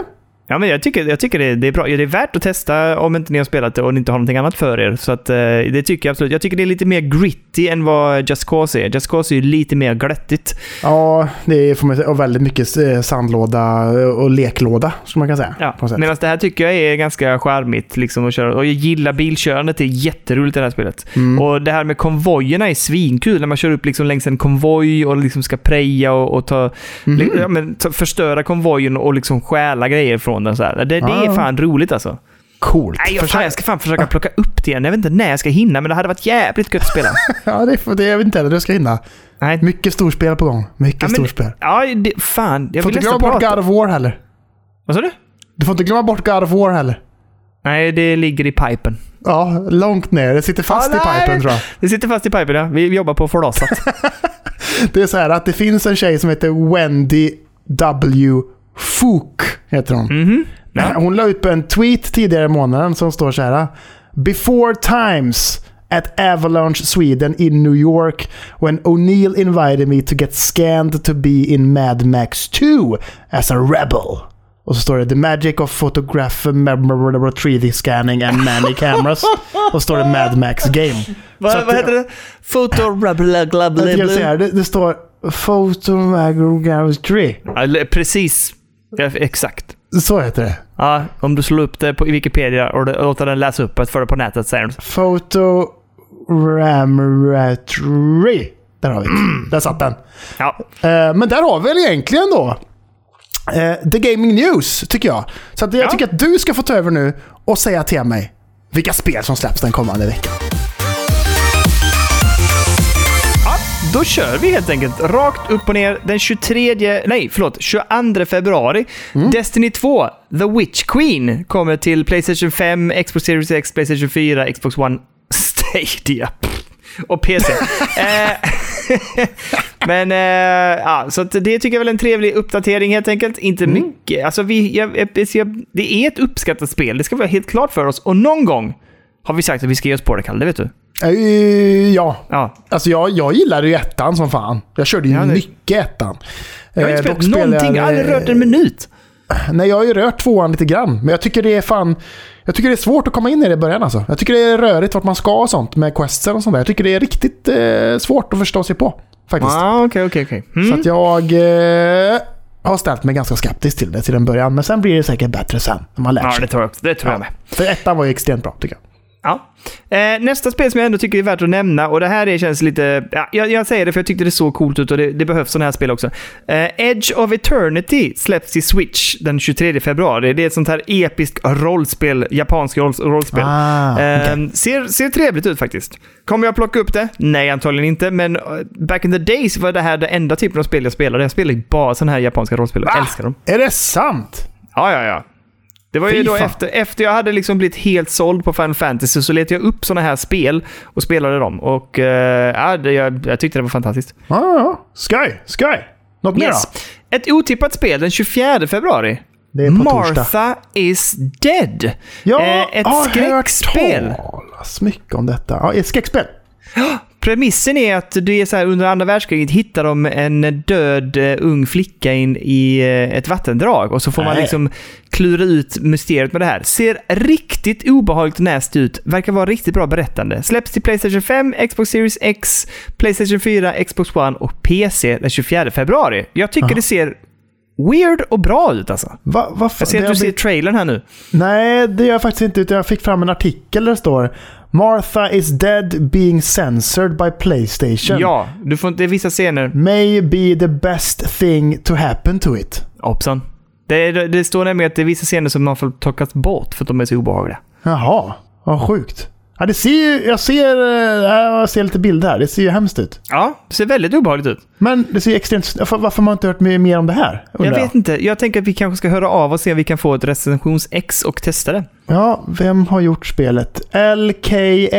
Speaker 2: Ja, men jag tycker, jag tycker det, det är bra. Det är värt att testa om inte ni har spelat det och ni inte har någonting annat för er. Så att, eh, det tycker jag absolut. Jag tycker det är lite mer gritty än vad Just Cause är. Just Cause är ju lite mer glättigt.
Speaker 1: Ja, det får man säga. Och väldigt mycket eh, sandlåda och leklåda, som man kan säga.
Speaker 2: Ja.
Speaker 1: på något sätt.
Speaker 2: Medan det här tycker jag är ganska charmigt liksom, att köra. Och jag gillar bilkörandet. Det är jätteroligt i det här spelet.
Speaker 1: Mm.
Speaker 2: Och det här med konvojerna är svinkul. När man kör upp liksom längs en konvoj och liksom ska preja och, och ta,
Speaker 1: Mm.
Speaker 2: li-
Speaker 1: Mhm.
Speaker 2: ja, men, ta, förstöra konvojen och liksom stjäla grejer från den. Så här. Det, det är
Speaker 1: Ah.
Speaker 2: fan roligt alltså.
Speaker 1: Coolt.
Speaker 2: Nej, jag, fan, jag ska fan försöka plocka upp det igen. Jag vet inte när jag ska hinna, men det hade varit jävligt gött att spela.
Speaker 1: Ja, det, får- det jag vet inte heller hur jag ska hinna.
Speaker 2: Nej,
Speaker 1: Mycket storspel på gång. Mycket
Speaker 2: Ja, men-
Speaker 1: storspel.
Speaker 2: ja, det, fan. Jag
Speaker 1: Får
Speaker 2: vill
Speaker 1: inte
Speaker 2: nästan
Speaker 1: glömma bort
Speaker 2: prata.
Speaker 1: God of War heller.
Speaker 2: Vad sa du?
Speaker 1: Du får inte glömma bort God of War heller.
Speaker 2: Nej, det ligger i pipen.
Speaker 1: Ja, långt ner. Det sitter fast
Speaker 2: Ah,
Speaker 1: i
Speaker 2: nej!
Speaker 1: pipen tror jag.
Speaker 2: Det sitter fast i pipen, ja. Vi jobbar på förlasat.
Speaker 1: Det är så här att det finns en tjej som heter Wendy W. Fook. Heter hon.
Speaker 2: Mhm. Ja.
Speaker 1: Hon la ut på en tweet tidigare i månaden som står så här. Before times at Avalanche Sweden in New York when O'Neill invited me to get scanned to be in Mad Max 2 as a rebel. Och så står det “The magic of photograph, memorable 3D scanning and many cameras”. Och så står det “Mad Max game”. Så
Speaker 2: Vad
Speaker 1: att-
Speaker 2: vad heter det? Foto... bla, bla, bla, bla,
Speaker 1: Jag ska
Speaker 2: bla.
Speaker 1: säga, det, det står “Photomagrography”.
Speaker 2: Ja, eller Precis. Ja, exakt.
Speaker 1: Så heter det.
Speaker 2: Ja, om du slår upp det på i Wikipedia och det- låter den läsa upp det för det på nätet sen.
Speaker 1: Photoramratry. Där har vi det.
Speaker 2: Mm.
Speaker 1: Där satt den.
Speaker 2: Ja.
Speaker 1: Eh, Men där har vi väl egentligen då eh, The Gaming News, tycker jag. Så att jag
Speaker 2: Ja.
Speaker 1: tycker att du ska få ta över nu och säga till mig vilka spel som släpps den kommande veckan.
Speaker 2: Ja, då kör vi helt enkelt. Rakt upp och ner den 23... Nej, förlåt. 22 februari. Destiny 2, The Witch Queen, kommer till Playstation 5, Xbox Series X, Playstation 4, Xbox One, Stadia pff, och PC. eh, men eh, ja, så att det tycker jag väl är en trevlig uppdatering helt enkelt. Inte mycket. Alltså, vi, jag, jag, jag, det är ett uppskattat spel, det ska vi ha helt klart för oss. Och någon gång har vi sagt att vi ska ge oss på det, Kalle. Det vet du.
Speaker 1: Eh, Ja,
Speaker 2: Ja,
Speaker 1: alltså jag, jag gillade ju ettan som fan. Jag körde ju
Speaker 2: Ja, det-
Speaker 1: mycket ettan.
Speaker 2: jag har
Speaker 1: Eh,
Speaker 2: inte
Speaker 1: dock
Speaker 2: spelat
Speaker 1: spelar
Speaker 2: någonting, jag har aldrig
Speaker 1: eh,
Speaker 2: rört en minut.
Speaker 1: Nej, jag har ju rört tvåan lite grann. Men jag tycker det är fan... Jag tycker det är svårt att komma in i det i början alltså. Jag tycker det är rörigt vart man ska och sånt med questsen och sånt där. Jag tycker det är riktigt eh, svårt att förstå sig på. Faktiskt.
Speaker 2: Ah, okej, okej, okej.
Speaker 1: Så att jag eh, har ställt mig ganska skeptisk till det till en början. Men sen blir det säkert bättre sen. När man lär
Speaker 2: Ja,
Speaker 1: sig.
Speaker 2: det tror jag också. Det tror jag med.
Speaker 1: För ettan var ju extremt bra tycker jag.
Speaker 2: Ja. Eh, nästa spel som jag ändå tycker är värt att nämna, och det här är, känns lite... Ja, jag, jag säger det för jag tyckte det såg coolt ut och det, det behövs sådana här spel också. Eh, Edge of Eternity släpps i Switch den 23 februari. Det är ett sånt här episkt rollspel, japanskt roll, rollspel.
Speaker 1: Ah,
Speaker 2: Eh, ser, ser trevligt ut faktiskt. Kommer jag plocka upp det? Nej, antagligen inte. Men eh, back in the days var det här den enda typen av spel jag spelade. Jag spelade ju bara sådana här japanska rollspel. Jag
Speaker 1: Va?
Speaker 2: älskar dem.
Speaker 1: Är det sant?
Speaker 2: Ja, ja, ja. Det var ju
Speaker 1: Fy
Speaker 2: då
Speaker 1: fan.
Speaker 2: efter, efter jag hade liksom blivit helt såld på Final Fantasy så letade jag upp sådana här spel och spelade dem. Och eh, ja, det, jag, jag tyckte det var fantastiskt.
Speaker 1: Ja, ah, ja. Skoj, skoj. Något mer då?
Speaker 2: Ett otippat spel den 24 februari.
Speaker 1: Det är på torsdag.
Speaker 2: Martha is dead. Eh, ett skräckspel.
Speaker 1: hört talas mycket om detta. Ja, ett skräckspel.
Speaker 2: Premissen är att det är så här, under andra världskriget hittar de en död eh, ung flicka in i eh, ett vattendrag och så får man
Speaker 1: Nej.
Speaker 2: liksom klura ut mysteriet med det här. Ser riktigt obehagligt och näst ut. Verkar vara riktigt bra berättande. Släpps till Playstation 5, Xbox Series X, Playstation 4, Xbox One och PC den 24 februari. Jag tycker det ser weird och bra ut alltså.
Speaker 1: Va, varför?
Speaker 2: Jag ser
Speaker 1: det
Speaker 2: att du
Speaker 1: har
Speaker 2: ser
Speaker 1: blivit-
Speaker 2: trailern här nu.
Speaker 1: Nej, det gör jag faktiskt inte. Utan jag fick fram en artikel där det står “Martha is dead being censored by Playstation.
Speaker 2: Ja, du får inte vissa scener.
Speaker 1: May be the best thing to happen to it.”
Speaker 2: Hoppsan. Det, det, det står nämligen att det är vissa scener som man får plockat bort för att de är så obehagliga.
Speaker 1: Jaha, vad sjukt. Ja, det ser ju, jag, ser, eh, ja, jag ser lite bilder här. Det ser ju hemskt ut.
Speaker 2: Ja, det ser väldigt obehagligt ut.
Speaker 1: Men det ser ju extremt... Varför varför har man inte hört mer mer om det här?
Speaker 2: Jag
Speaker 1: undrar
Speaker 2: vet inte. Jag tänker att vi kanske ska höra av och se om vi kan få ett recensions-ex och testa det.
Speaker 1: Ja, vem har gjort spelet? LKA,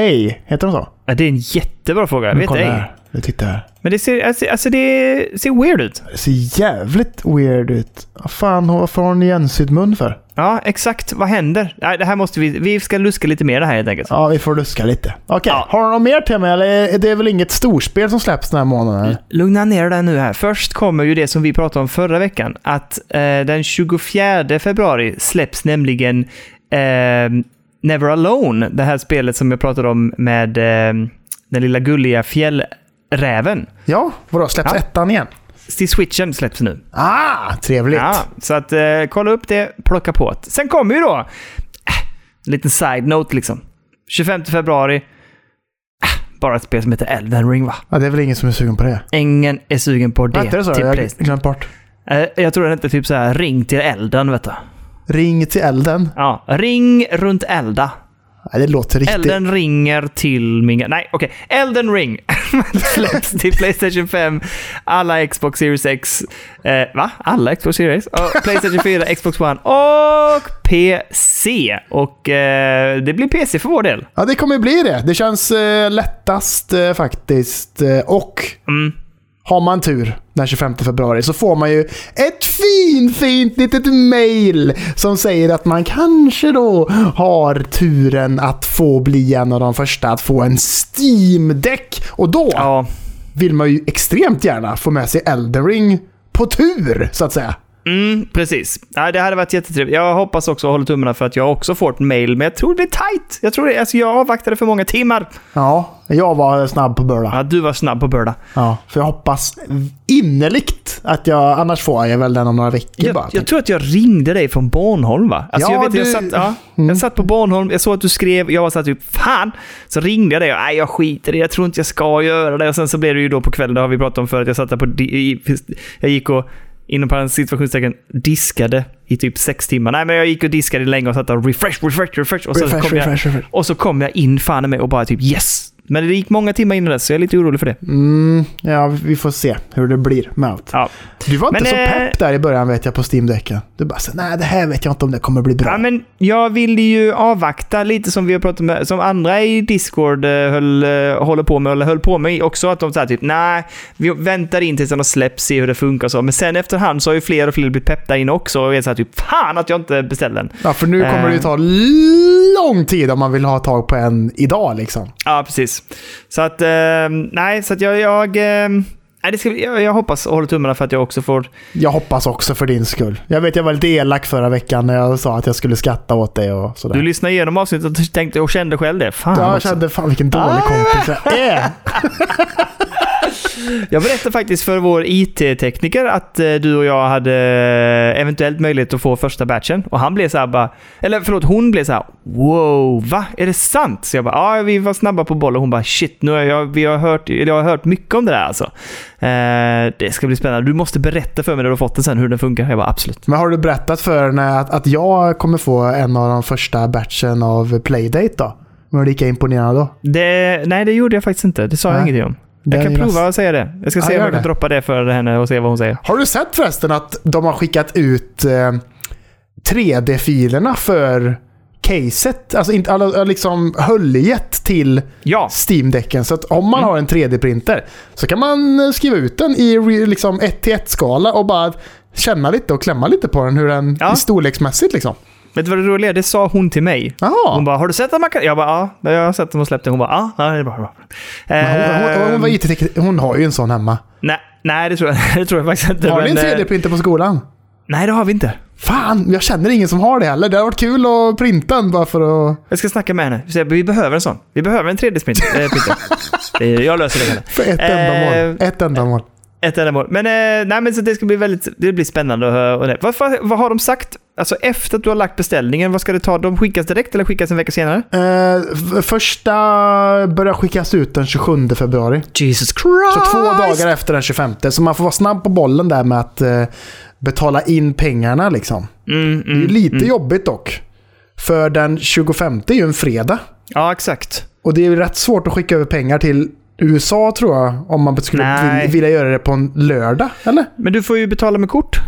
Speaker 1: heter de så?
Speaker 2: Ja, det är en jättebra fråga. Jag
Speaker 1: Nu
Speaker 2: vet
Speaker 1: kolla
Speaker 2: ej.
Speaker 1: här. Nu tittar jag här.
Speaker 2: Men det ser, alltså, alltså det ser weird ut.
Speaker 1: Det ser jävligt weird ut. Vad fan, varför har hon igensydd mun för?
Speaker 2: Ja, exakt. Vad händer? Nej, det här måste vi... Vi ska luska lite mer i det här helt enkelt.
Speaker 1: Ja, vi får luska lite. Okej,
Speaker 2: Ja.
Speaker 1: har du något mer till mig? Eller är det är väl inget storspel som släpps den här månaden? eller?
Speaker 2: Lugna ner dig nu här. Först kommer ju det som vi pratade om förra veckan. Att eh, den 24 februari släpps nämligen eh, Never Alone. Det här spelet som jag pratade om med eh, den lilla gulliga fjällräven.
Speaker 1: Ja, vadå? Släpps
Speaker 2: Ja.
Speaker 1: ettan igen?
Speaker 2: Till switchen släpps nu.
Speaker 1: Ah, trevligt.
Speaker 2: Ja, så att eh, kolla upp det, plocka på det. Sen kommer ju då... Äh, en liten side-note liksom. 25 februari. Äh, bara ett spel som heter Elden Ring va?
Speaker 1: Ja, det är väl ingen som är sugen på det?
Speaker 2: Ingen är sugen på det.
Speaker 1: Vad hette det sa
Speaker 2: till
Speaker 1: du? Jag har
Speaker 2: Playstation.
Speaker 1: glömt bort.
Speaker 2: Eh, Jag tror den hette typ så här ring till elden, vet du.
Speaker 1: Ring till elden.
Speaker 2: Ja, ring runt elda.
Speaker 1: Ja, det låter riktigt...
Speaker 2: Elden ringer till min... Nej, okej. Elden ring släpps till Playstation 5, alla Xbox Series X. Eh, va? Alla Xbox Series? Och Playstation 4, Xbox One och PC. Och eh, det blir PC för vår del.
Speaker 1: Ja, det kommer bli det. Det känns eh, lättast eh, faktiskt. Eh, och
Speaker 2: Mm.
Speaker 1: har man tur den 25 februari så får man ju ett fin, fint litet mail som säger att man kanske då har turen att få bli en av de första att få en steam Deck. Och då
Speaker 2: Ja.
Speaker 1: vill man ju extremt gärna få med sig Elden Ring på tur, så att säga.
Speaker 2: Mm, precis. Nej, det hade varit jättetrevligt. Jag hoppas också, håller tummarna för att jag också får ett mail, men jag tror det blir tight. Jag tror det. Alltså, jag avvaktade för många timmar.
Speaker 1: Ja, jag var snabb på börda.
Speaker 2: Ja, du var snabb på börda.
Speaker 1: Ja, för jag hoppas innerligt att jag... Annars får jag väl den om några veckor
Speaker 2: Jag,
Speaker 1: bara. typ.
Speaker 2: jag tror att jag ringde dig från Bornholm va? Alltså,
Speaker 1: Ja,
Speaker 2: jag, vet, jag,
Speaker 1: du-
Speaker 2: satt, ja,
Speaker 1: Mm.
Speaker 2: jag satt på Bornholm, jag såg att du skrev, jag var satt typ fan! Så ringde jag dig och nej jag skiter i det, jag tror inte jag ska göra det. Och sen så blev det ju då på kvällen, det har vi pratat om förut, jag satt där på... di- i- Jag gick och, inom parentes situationstecken, diskade i typ sex timmar. Nej men jag gick och diskade länge och satt där och refresh, refresh, refresh. Och så
Speaker 1: refresh,
Speaker 2: alltså, kom jag,
Speaker 1: refresh, refresh.
Speaker 2: Och så kom jag in fan i mig och bara typ yes! Men det gick många timmar innan dess, så jag är lite orolig för det.
Speaker 1: Mm, ja, vi får se hur det blir med allt.
Speaker 2: Ja.
Speaker 1: Du var inte
Speaker 2: Men,
Speaker 1: så
Speaker 2: eh,
Speaker 1: pepp där i början vet jag på Steam-däcken. Du bara så, nej det här vet jag inte om det kommer bli bra.
Speaker 2: Ja, men jag ville ju avvakta lite som vi har pratat med, som andra i Discord eh, höll, eh, håller på med, eller höll på med också, att de sa typ nej, vi väntar in tills den har släppts, se hur det funkar och så. Men sen efterhand så har ju fler och fler blivit pepp där inne också och jag sa typ fan att jag inte beställde den.
Speaker 1: ja, för nu kommer det ju
Speaker 2: eh.
Speaker 1: ta lång tid om man vill ha tag på en idag liksom.
Speaker 2: Ja, precis. Så att, eh, nej, så att jag, jag, eh, nej, det ska, bli- jag, jag hoppas och håller tummarna för att jag också får
Speaker 1: Jag hoppas också för din skull. Jag vet jag var lite elak förra veckan när jag sa att jag skulle skatta åt dig och sådär.
Speaker 2: Du lyssnade igenom avsnittet och tänkte och kände själv det. Fan
Speaker 1: ja, jag
Speaker 2: också.
Speaker 1: kände fan vilken dålig
Speaker 2: Ah.
Speaker 1: kompis jag är.
Speaker 2: Jag berättade faktiskt för vår IT-tekniker att eh, du och jag hade eh, eventuellt möjlighet att få första batchen. Och han blev så här bara... Eller förlåt, hon blev så här “Wow, va? Är det sant?” Så jag bara “Ja, vi var snabba på boll” och hon bara “Shit, nu har jag, vi har hört, eller jag har hört mycket om det där alltså. Eh, det ska bli spännande. Du måste berätta för mig när du har fått den sen hur den funkar.” Jag bara “Absolut”.
Speaker 1: Men har du berättat för henne att, att jag kommer få en av de första batchen av Playdate då? Var du lika imponerad då?
Speaker 2: Det, nej, det gjorde jag faktiskt inte. Det sa jag
Speaker 1: Nej.
Speaker 2: ingenting om.
Speaker 1: Det
Speaker 2: Jag
Speaker 1: är
Speaker 2: kan
Speaker 1: ju
Speaker 2: prova
Speaker 1: näst-
Speaker 2: att säga det. Jag ska
Speaker 1: Ja,
Speaker 2: se om
Speaker 1: gör
Speaker 2: jag kan
Speaker 1: det.
Speaker 2: droppa det för henne och se vad hon säger.
Speaker 1: Har du sett förresten att de har skickat ut eh, 3D-filerna för caset? Alltså inte, alla, liksom höljet till
Speaker 2: Ja! Mm.
Speaker 1: Steam-däcken. Så att om man har en 3D-printer så kan man eh, skriva ut den i re- liksom 1-1-skala och bara känna lite och klämma lite på den hur den
Speaker 2: Ja.
Speaker 1: är storleksmässigt liksom.
Speaker 2: Vet du vad det roliga är? Det sa hon till mig.
Speaker 1: Jaha.
Speaker 2: Hon bara, har du sett att man kan... Jag bara, ja, det har jag sett att de har släppt den. Hon bara, ja, ja, det är bra. bra.
Speaker 1: Men Hon, hon, hon, var
Speaker 2: Ehm,
Speaker 1: IT-tekniker. hon har ju en sån hemma.
Speaker 2: nej, nej, det tror jag, det tror jag faktiskt inte.
Speaker 1: Har ni en
Speaker 2: men, eh,
Speaker 1: 3D-printer på skolan?
Speaker 2: Nej, det har vi inte.
Speaker 1: Fan, jag känner ingen som har det heller. Det hade varit kul att printa en bara för att...
Speaker 2: Jag ska snacka med henne. Vi säger, Vi behöver en sån. Vi behöver en 3D-printer. jag löser det. Henne.
Speaker 1: För ett
Speaker 2: Eh,
Speaker 1: ändamål. Ett ändamål.
Speaker 2: Ett ändamål. Men, eh, nej, men så det ska bli väldigt det blir spännande att höra. och det. Vad, fan- vad har de sagt? Alltså efter att du har lagt beställningen, vad ska det ta? De skickas direkt eller skickas en vecka senare?
Speaker 1: Eh, f- första börjar skickas ut den 27 februari.
Speaker 2: Jesus Christ!
Speaker 1: Så två dagar efter den 25. Så man får vara snabb på bollen där med att eh, betala in pengarna liksom.
Speaker 2: Mm,
Speaker 1: Det är ju
Speaker 2: mm.
Speaker 1: lite jobbigt dock. För den 25 är ju en fredag.
Speaker 2: Ja, exakt.
Speaker 1: Och det är ju rätt svårt att skicka över pengar till USA tror jag. Om man skulle
Speaker 2: Nej.
Speaker 1: vil- vilja göra det på en lördag, eller?
Speaker 2: Men du får ju betala med kort.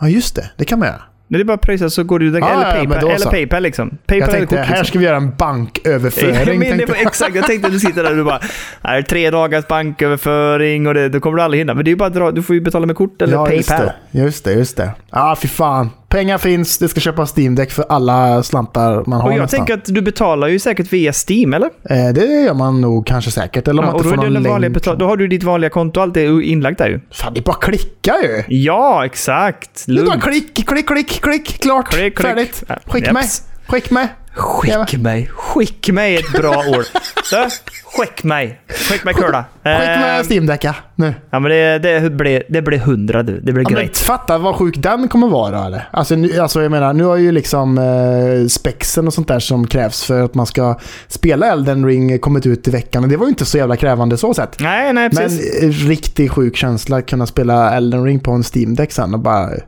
Speaker 1: Ja, just det. Det kan man göra.
Speaker 2: När det bara pröjsar så går du direkt...
Speaker 1: Ah, ja,
Speaker 2: eller
Speaker 1: men
Speaker 2: Paypal,
Speaker 1: då
Speaker 2: eller
Speaker 1: så.
Speaker 2: Paypal liksom. Paypal
Speaker 1: Jag
Speaker 2: eller
Speaker 1: tänkte,
Speaker 2: kort
Speaker 1: här
Speaker 2: liksom.
Speaker 1: ska vi göra en banköverföring.
Speaker 2: men det
Speaker 1: tänkte
Speaker 2: var,
Speaker 1: jag.
Speaker 2: exakt, jag tänkte att du sitter där och du bara här är tre dagars banköverföring och det, då kommer du aldrig hinna. Men det är ju bara att dra, du får ju betala med kort eller
Speaker 1: ja,
Speaker 2: Paypal.
Speaker 1: Just det, just det. Just det. Ah, fy fan. Pengar finns, det ska köpas Steam Deck för alla slantar man har
Speaker 2: Och jag
Speaker 1: nästan.
Speaker 2: tänker att du betalar ju säkert via Steam, eller?
Speaker 1: Eh, det gör man nog kanske säkert. Eller om
Speaker 2: Ja,
Speaker 1: man
Speaker 2: och
Speaker 1: inte
Speaker 2: då, är
Speaker 1: får
Speaker 2: det
Speaker 1: någon
Speaker 2: den vanliga
Speaker 1: länk.
Speaker 2: betal- då har du ditt vanliga konto, allt är inlagt där ju.
Speaker 1: Fan, det är bara att klicka ju!
Speaker 2: Ja, exakt.
Speaker 1: Det är bara
Speaker 2: Lugnt.
Speaker 1: klick, klick, klick, klick, klart,
Speaker 2: Klick, klick.
Speaker 1: färdigt.
Speaker 2: Ja,
Speaker 1: Skicka
Speaker 2: japs.
Speaker 1: mig, skicka mig.
Speaker 2: Skick mig. Skick mig ett bra ord. Så, skick mig. Skick mig Eh, kurla.
Speaker 1: Skicka mig Steam Deck ja, nu.
Speaker 2: Ja, men det, det blir det blir hundra du. Det blir
Speaker 1: Ja, men
Speaker 2: grejt.
Speaker 1: fatta vad sjuk den kommer vara eller? Alltså, nu, alltså jag menar, nu har ju liksom eh, spexen och sånt där som krävs för att man ska spela Elden Ring kommit ut i veckan. Och det var ju inte så jävla krävande så sett.
Speaker 2: Nej, nej,
Speaker 1: Men
Speaker 2: precis.
Speaker 1: eh, riktigt sjuk känsla att kunna spela Elden Ring på en Steam Deck sen och bara eh,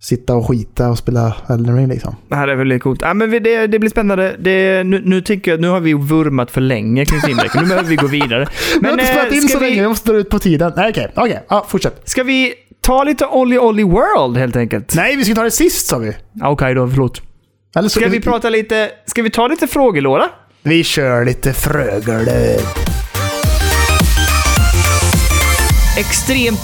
Speaker 1: sitta och skita och spela Elden Ring liksom.
Speaker 2: Det här är väldigt coolt. Ja, men vi- det, det blir spännande. Det, nu, nu tänker jag att nu har vi vurmat för länge kring Steam-däck. Nu behöver vi gå vidare.
Speaker 1: Men, jag har inte
Speaker 2: eh,
Speaker 1: spelat in
Speaker 2: ska
Speaker 1: så länge,
Speaker 2: vi,
Speaker 1: jag måste dra ut på tiden. Nej okej, okej. Ja, fortsätt.
Speaker 2: ska vi ta lite Olly Olly World helt enkelt?
Speaker 1: Nej, vi ska ta det sist sa vi.
Speaker 2: Okej då, förlåt.
Speaker 1: Eller så
Speaker 2: Ska vi prata lite... Ska vi ta lite frågelåda?
Speaker 1: Vi kör lite frögel. eh,
Speaker 2: extremt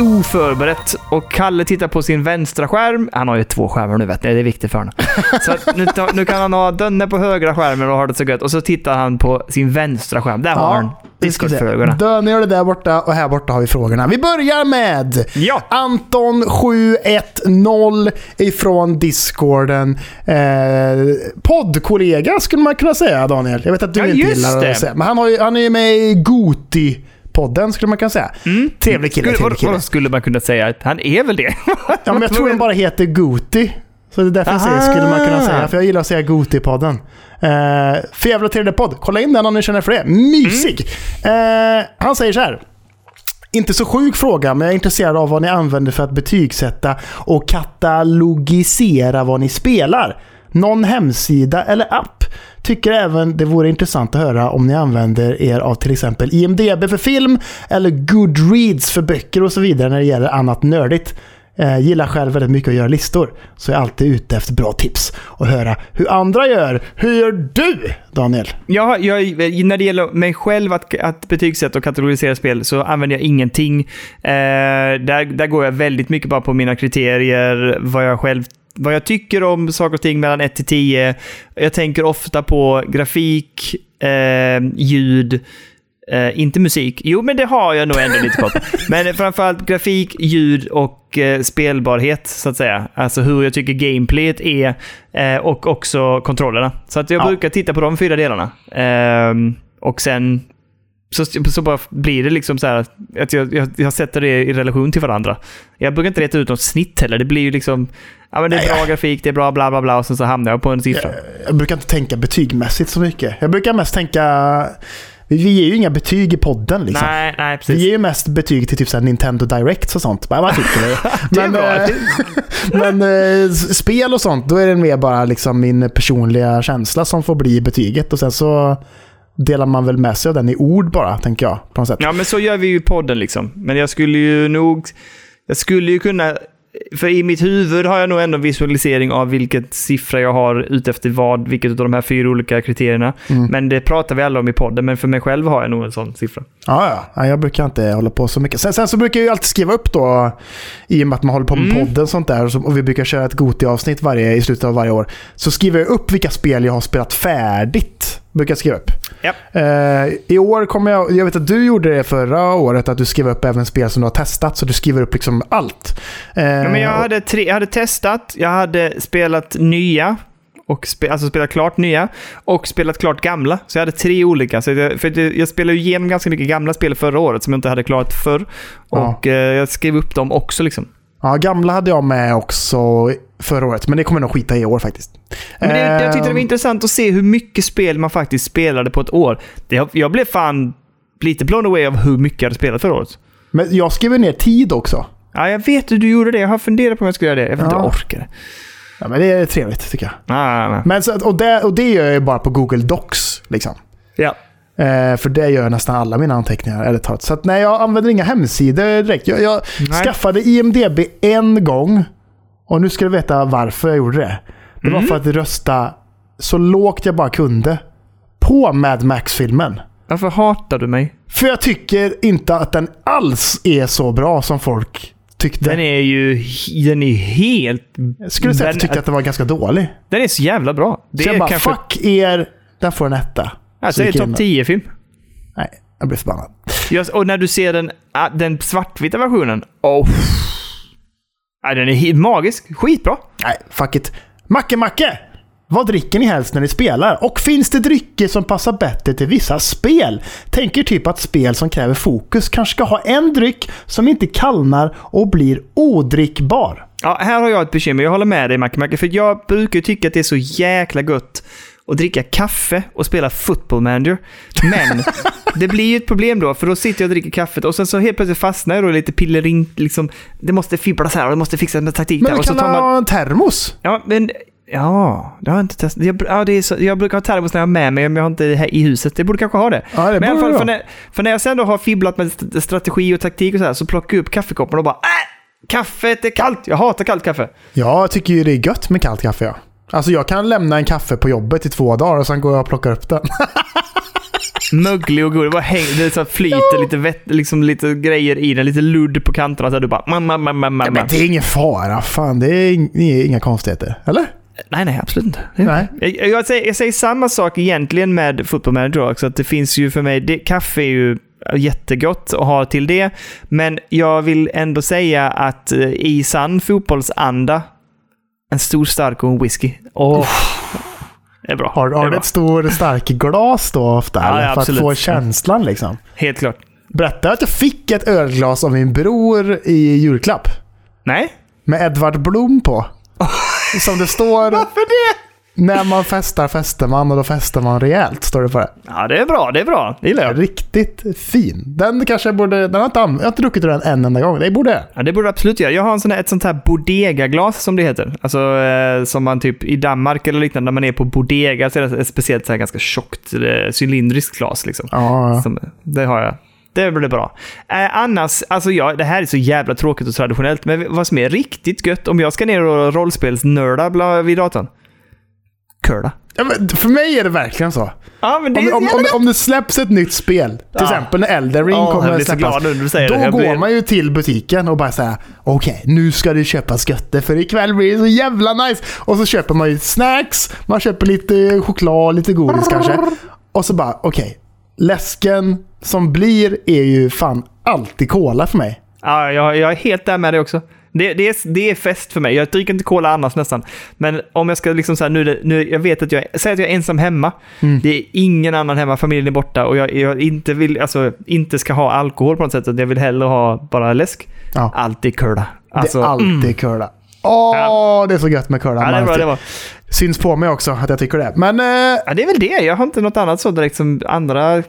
Speaker 2: oförberett och Kalle tittar på sin vänstra skärm. Han har ju två skärmar nu vet ni, det är viktigt för honom. Så att nu, ta- nu kan han ha Dönne på högra skärmen och ha det så gött. Och så tittar han på sin vänstra skärm. Där har han
Speaker 1: vi ska se.
Speaker 2: Discord-frågorna.
Speaker 1: Dön gör det där borta och här borta har vi frågorna. Vi börjar med
Speaker 2: Ja!
Speaker 1: Anton 710 ifrån discorden. Eh, poddkollega skulle man kunna säga Daniel. Jag vet att du
Speaker 2: Ja,
Speaker 1: inte
Speaker 2: just
Speaker 1: gillar
Speaker 2: det.
Speaker 1: att säga. Men han, har ju, han är ju med i Goti-podden skulle man kunna säga. Trevlig kille,
Speaker 2: Mm. Skulle,
Speaker 1: trevlig
Speaker 2: vad,
Speaker 1: kille.
Speaker 2: vad skulle man kunna säga? att Han är väl det?
Speaker 1: Ja, men jag tror den bara heter Goti. Så det är därför jag säger
Speaker 2: Aha.
Speaker 1: skulle man kunna
Speaker 2: Ah.
Speaker 1: säga. För jag gillar att säga Goti-podden. Eh, för jävla trevlig podd. Kolla in den om ni känner för det. Mysig!
Speaker 2: Mm.
Speaker 1: Eh, han säger så här. Inte så sjuk fråga, men jag är intresserad av vad ni använder för att betygsätta och katalogisera vad ni spelar. Någon hemsida eller app? Tycker även det vore intressant att höra om ni använder er av till exempel IMDB för film eller Goodreads för böcker och så vidare när det gäller annat nördigt. Eh, gillar själv väldigt mycket att göra listor, så jag är alltid ute efter bra tips och höra hur andra gör. Hur gör du, Daniel?
Speaker 2: Ja, jag, när det gäller mig själv att, att betygsätta och kategorisera spel så använder jag ingenting. Eh, där, där går jag väldigt mycket bara på mina kriterier, vad jag själv vad jag tycker om saker och ting mellan 1 till 10. Jag tänker ofta på grafik, eh, ljud, eh, inte musik. Jo, men det har jag nog ändå lite koll på. Men framförallt grafik, ljud och eh, spelbarhet, så att säga. Alltså hur jag tycker gameplayet är eh, och också kontrollerna. Så att jag
Speaker 1: Ja.
Speaker 2: brukar titta på de fyra delarna. Ehm, och sen så, så bara blir det liksom så här att jag, jag, jag sätter det i relation till varandra. Jag brukar inte reta ut något snitt heller. Det blir ju liksom, ja men det är bra grafik, det är bra bla bla bla och sen så hamnar jag på en siffra.
Speaker 1: Jag brukar inte tänka betygmässigt så mycket. Jag brukar mest tänka... Vi vi ger ju inga betyg i podden liksom.
Speaker 2: Nej, nej
Speaker 1: Vi
Speaker 2: precis.
Speaker 1: ger ju mest betyg till typ så här Nintendo Directs och sånt. Bara, vad tycker du?
Speaker 2: Det är
Speaker 1: Men,
Speaker 2: bra.
Speaker 1: eh, men eh, s- spel och sånt, då är det mer bara liksom min personliga känsla som får bli betyget. Och sen så delar man väl med sig av den i ord bara, tänker jag. På något sätt.
Speaker 2: Ja, men så gör vi ju i podden liksom. Men jag skulle ju nog... Jag skulle ju kunna... För i mitt huvud har jag nog ändå en visualisering av vilket siffra jag har utefter vad, vilket av de här fyra olika kriterierna.
Speaker 1: Mm.
Speaker 2: Men det pratar vi alla om i podden, men för mig själv har jag nog en sån siffra.
Speaker 1: Ja, ja. ja. Jag brukar inte hålla på så mycket. Sen, sen så brukar jag ju alltid skriva upp då, i och med att man håller på med
Speaker 2: Mm.
Speaker 1: podden och sånt där, och, så, och vi brukar köra ett Goti-avsnitt varje, i slutet av varje år, så skriver jag upp vilka spel jag har spelat färdigt. Brukar jag skriva upp.
Speaker 2: Ja.
Speaker 1: Eh, I år kommer jag... Jag vet att du gjorde det förra året, att du skrev upp även spel som du har testat, så du skriver upp liksom allt. Eh,
Speaker 2: Ja, men jag, hade tre, jag hade testat, jag hade spelat nya, och spe, alltså spelat klart nya, och spelat klart gamla. Så jag hade tre olika. Så jag, för det- jag spelade ju igenom ganska mycket gamla spel förra året som jag inte hade klarat förr.
Speaker 1: Ja.
Speaker 2: Och eh, jag skrev upp dem också liksom.
Speaker 1: ja, gamla hade jag med också förra året, men det kommer jag nog skita i i år faktiskt.
Speaker 2: Men det, jag tyckte det var
Speaker 1: Eh,
Speaker 2: intressant att se hur mycket spel man faktiskt spelade på ett år. Det, jag blev fan lite blown away av hur mycket jag hade spelat förra året.
Speaker 1: men jag skriver ner tid också.
Speaker 2: Ja, jag vet hur du gjorde det. Jag har funderat på om jag skulle göra det. Jag vet inte om
Speaker 1: Ja.
Speaker 2: jag orkar. det.
Speaker 1: Ja, men det är trevligt tycker jag.
Speaker 2: Ah, nej, nej.
Speaker 1: Men så, att- och, det, och det gör jag ju bara på Google Docs. Liksom.
Speaker 2: ja.
Speaker 1: Eh, för det gör jag nästan alla mina anteckningar. Eller tar. Så att, nej, jag använder inga hemsidor direkt. Jag, jag
Speaker 2: Nej.
Speaker 1: skaffade IMDB en gång. Och nu ska du veta varför jag gjorde det. Det
Speaker 2: Mm.
Speaker 1: var för att rösta så lågt jag bara kunde på Mad Max-filmen.
Speaker 2: Varför hatar du mig?
Speaker 1: För jag tycker inte att den alls är så bra som folk tyckte.
Speaker 2: Den är ju he- den är helt...
Speaker 1: jag skulle säga att
Speaker 2: den-
Speaker 1: jag tyckte att den var ganska dålig.
Speaker 2: Den är så jävla bra. Det
Speaker 1: så
Speaker 2: är
Speaker 1: jag bara,
Speaker 2: kanske...
Speaker 1: fuck er, den får en etta.
Speaker 2: Jag
Speaker 1: Så
Speaker 2: säger
Speaker 1: gick jag in
Speaker 2: topp 10-film.
Speaker 1: och- Nej, jag blev förbannad.
Speaker 2: Jag- Och när du ser den, ah, den svartvita versionen. Oh. Ah, den är he- magisk. Skitbra.
Speaker 1: Nej, fuck it. Macke, Macke! Vad dricker ni helst när ni spelar? Och finns det drycker som passar bättre till vissa spel? Tänker typ att spel som kräver fokus kanske ska ha en dryck som inte kallnar och blir odrickbar.
Speaker 2: Ja, här har jag ett bekymmer. Jag håller med dig Macke Macke, för jag brukar ju tycka att det är så jäkla gött att dricka kaffe och spela football manager. Men det blir ju ett problem då, för då sitter jag och dricker kaffet och sen så helt plötsligt fastnar jag då i lite pillering, liksom. Det måste fibblas här och det måste fixas med taktik
Speaker 1: Men
Speaker 2: där.
Speaker 1: du
Speaker 2: Och så
Speaker 1: kan
Speaker 2: tar man...
Speaker 1: ha en termos.
Speaker 2: Ja, men... Ja, det har jag inte testat. Jag, ja, det är så, jag brukar ha termos när jag har med mig, men jag har inte det här i huset. Jag borde kanske ha det.
Speaker 1: Ja, det
Speaker 2: men i
Speaker 1: borde
Speaker 2: alla fall,
Speaker 1: du
Speaker 2: för
Speaker 1: ha.
Speaker 2: när, för när jag sen då har fibblat med st- strategi och taktik och så här, så plockar jag upp kaffekoppen och bara äh, Kaffet är kallt! Jag hatar kallt kaffe.
Speaker 1: Ja, jag tycker ju det är gött med kallt kaffe. Ja. Alltså jag kan lämna en kaffe på jobbet i två dagar och sen går jag och plockar upp den.
Speaker 2: Möglig och god. Det bara häng, det är så här flyter lite, vett, liksom lite grejer i den. Lite ludd på kanterna. Så här, du bara man, man, man, man, man.
Speaker 1: Men det är ingen fara. Fan, det är ing- det är inga konstigheter. Eller?
Speaker 2: Nej, nej, absolut inte.
Speaker 1: Nej.
Speaker 2: Jag, jag, säger, jag säger samma sak egentligen med Football Manager också. Att det finns ju för mig, det, kaffe är ju jättegott att ha till det. Men jag vill ändå säga att eh, i sann fotbollsanda, en stor stark och en whisky. Åh! Det är bra.
Speaker 1: Har,
Speaker 2: det
Speaker 1: har
Speaker 2: är
Speaker 1: du
Speaker 2: bra.
Speaker 1: ett stort starkt glas då ofta?
Speaker 2: Ja,
Speaker 1: eller?
Speaker 2: ja,
Speaker 1: för att
Speaker 2: absolut.
Speaker 1: få känslan liksom.
Speaker 2: Helt klart.
Speaker 1: Berättade jag att jag fick ett ölglas av min bror i julklapp.
Speaker 2: Nej?
Speaker 1: Med Edvard Blom på. Som det står,
Speaker 2: Varför det?
Speaker 1: när man festar festar man och då festar man rejält. Står det på det.
Speaker 2: Ja, det är bra. Det är bra. Det gillar jag.
Speaker 1: Riktigt fin. Den kanske jag borde, den har inte, anv- jag har inte druckit ur den en enda gång. Det borde jag.
Speaker 2: Ja, det borde du absolut göra. Jag har en sån här, ett sånt här bodegaglas som det heter. Alltså eh, som man typ i Danmark eller liknande, när man är på bodega så är det ett speciellt så här ganska tjockt eh, cylindriskt glas. Liksom.
Speaker 1: Ja, ja.
Speaker 2: Som, det har jag. Det blir bra. Eh, annars, alltså ja, det här är så jävla tråkigt och traditionellt, men vad som är riktigt gött om jag ska ner och rollspelsnörda bla- vid datorn. Curla.
Speaker 1: ja men för mig är det verkligen så.
Speaker 2: Ja, men det är
Speaker 1: Om,
Speaker 2: så
Speaker 1: om,
Speaker 2: jävla
Speaker 1: om, om det släpps ett nytt spel, till
Speaker 2: Ja.
Speaker 1: exempel när Elden Ring
Speaker 2: Ja, jag
Speaker 1: kommer
Speaker 2: blir
Speaker 1: att
Speaker 2: så
Speaker 1: släppas.
Speaker 2: glad nu när du säger
Speaker 1: då
Speaker 2: det. Jag
Speaker 1: går
Speaker 2: blir-
Speaker 1: man ju till butiken och bara säger okej, nu ska det köpas götter för ikväll blir det så jävla nice. Och så köper man ju snacks, man köper lite choklad, lite godis kanske. Och så bara okej, läsken som blir är ju fan alltid cola för mig.
Speaker 2: Ja, jag, jag är helt där med dig också. Det, det, är, det är fest för mig. Jag dricker inte cola annars nästan. Men om jag ska liksom så här, nu, är det- nu, jag vet att jag, är- säg att jag är ensam hemma. Det är ingen annan hemma, familjen är borta och jag, jag inte vill, alltså inte ska ha alkohol på något sätt. utan Jag vill hellre ha bara läsk.
Speaker 1: Ja.
Speaker 2: Alltid curla. Alltså,
Speaker 1: det är
Speaker 2: mm.
Speaker 1: alltid cola. Åh, det är så gött med cola.
Speaker 2: ja, det är bra, det är bra.
Speaker 1: Syns på mig också att jag tycker det. Men eh,
Speaker 2: Ja, det är väl det. Jag har inte något annat så direkt som andra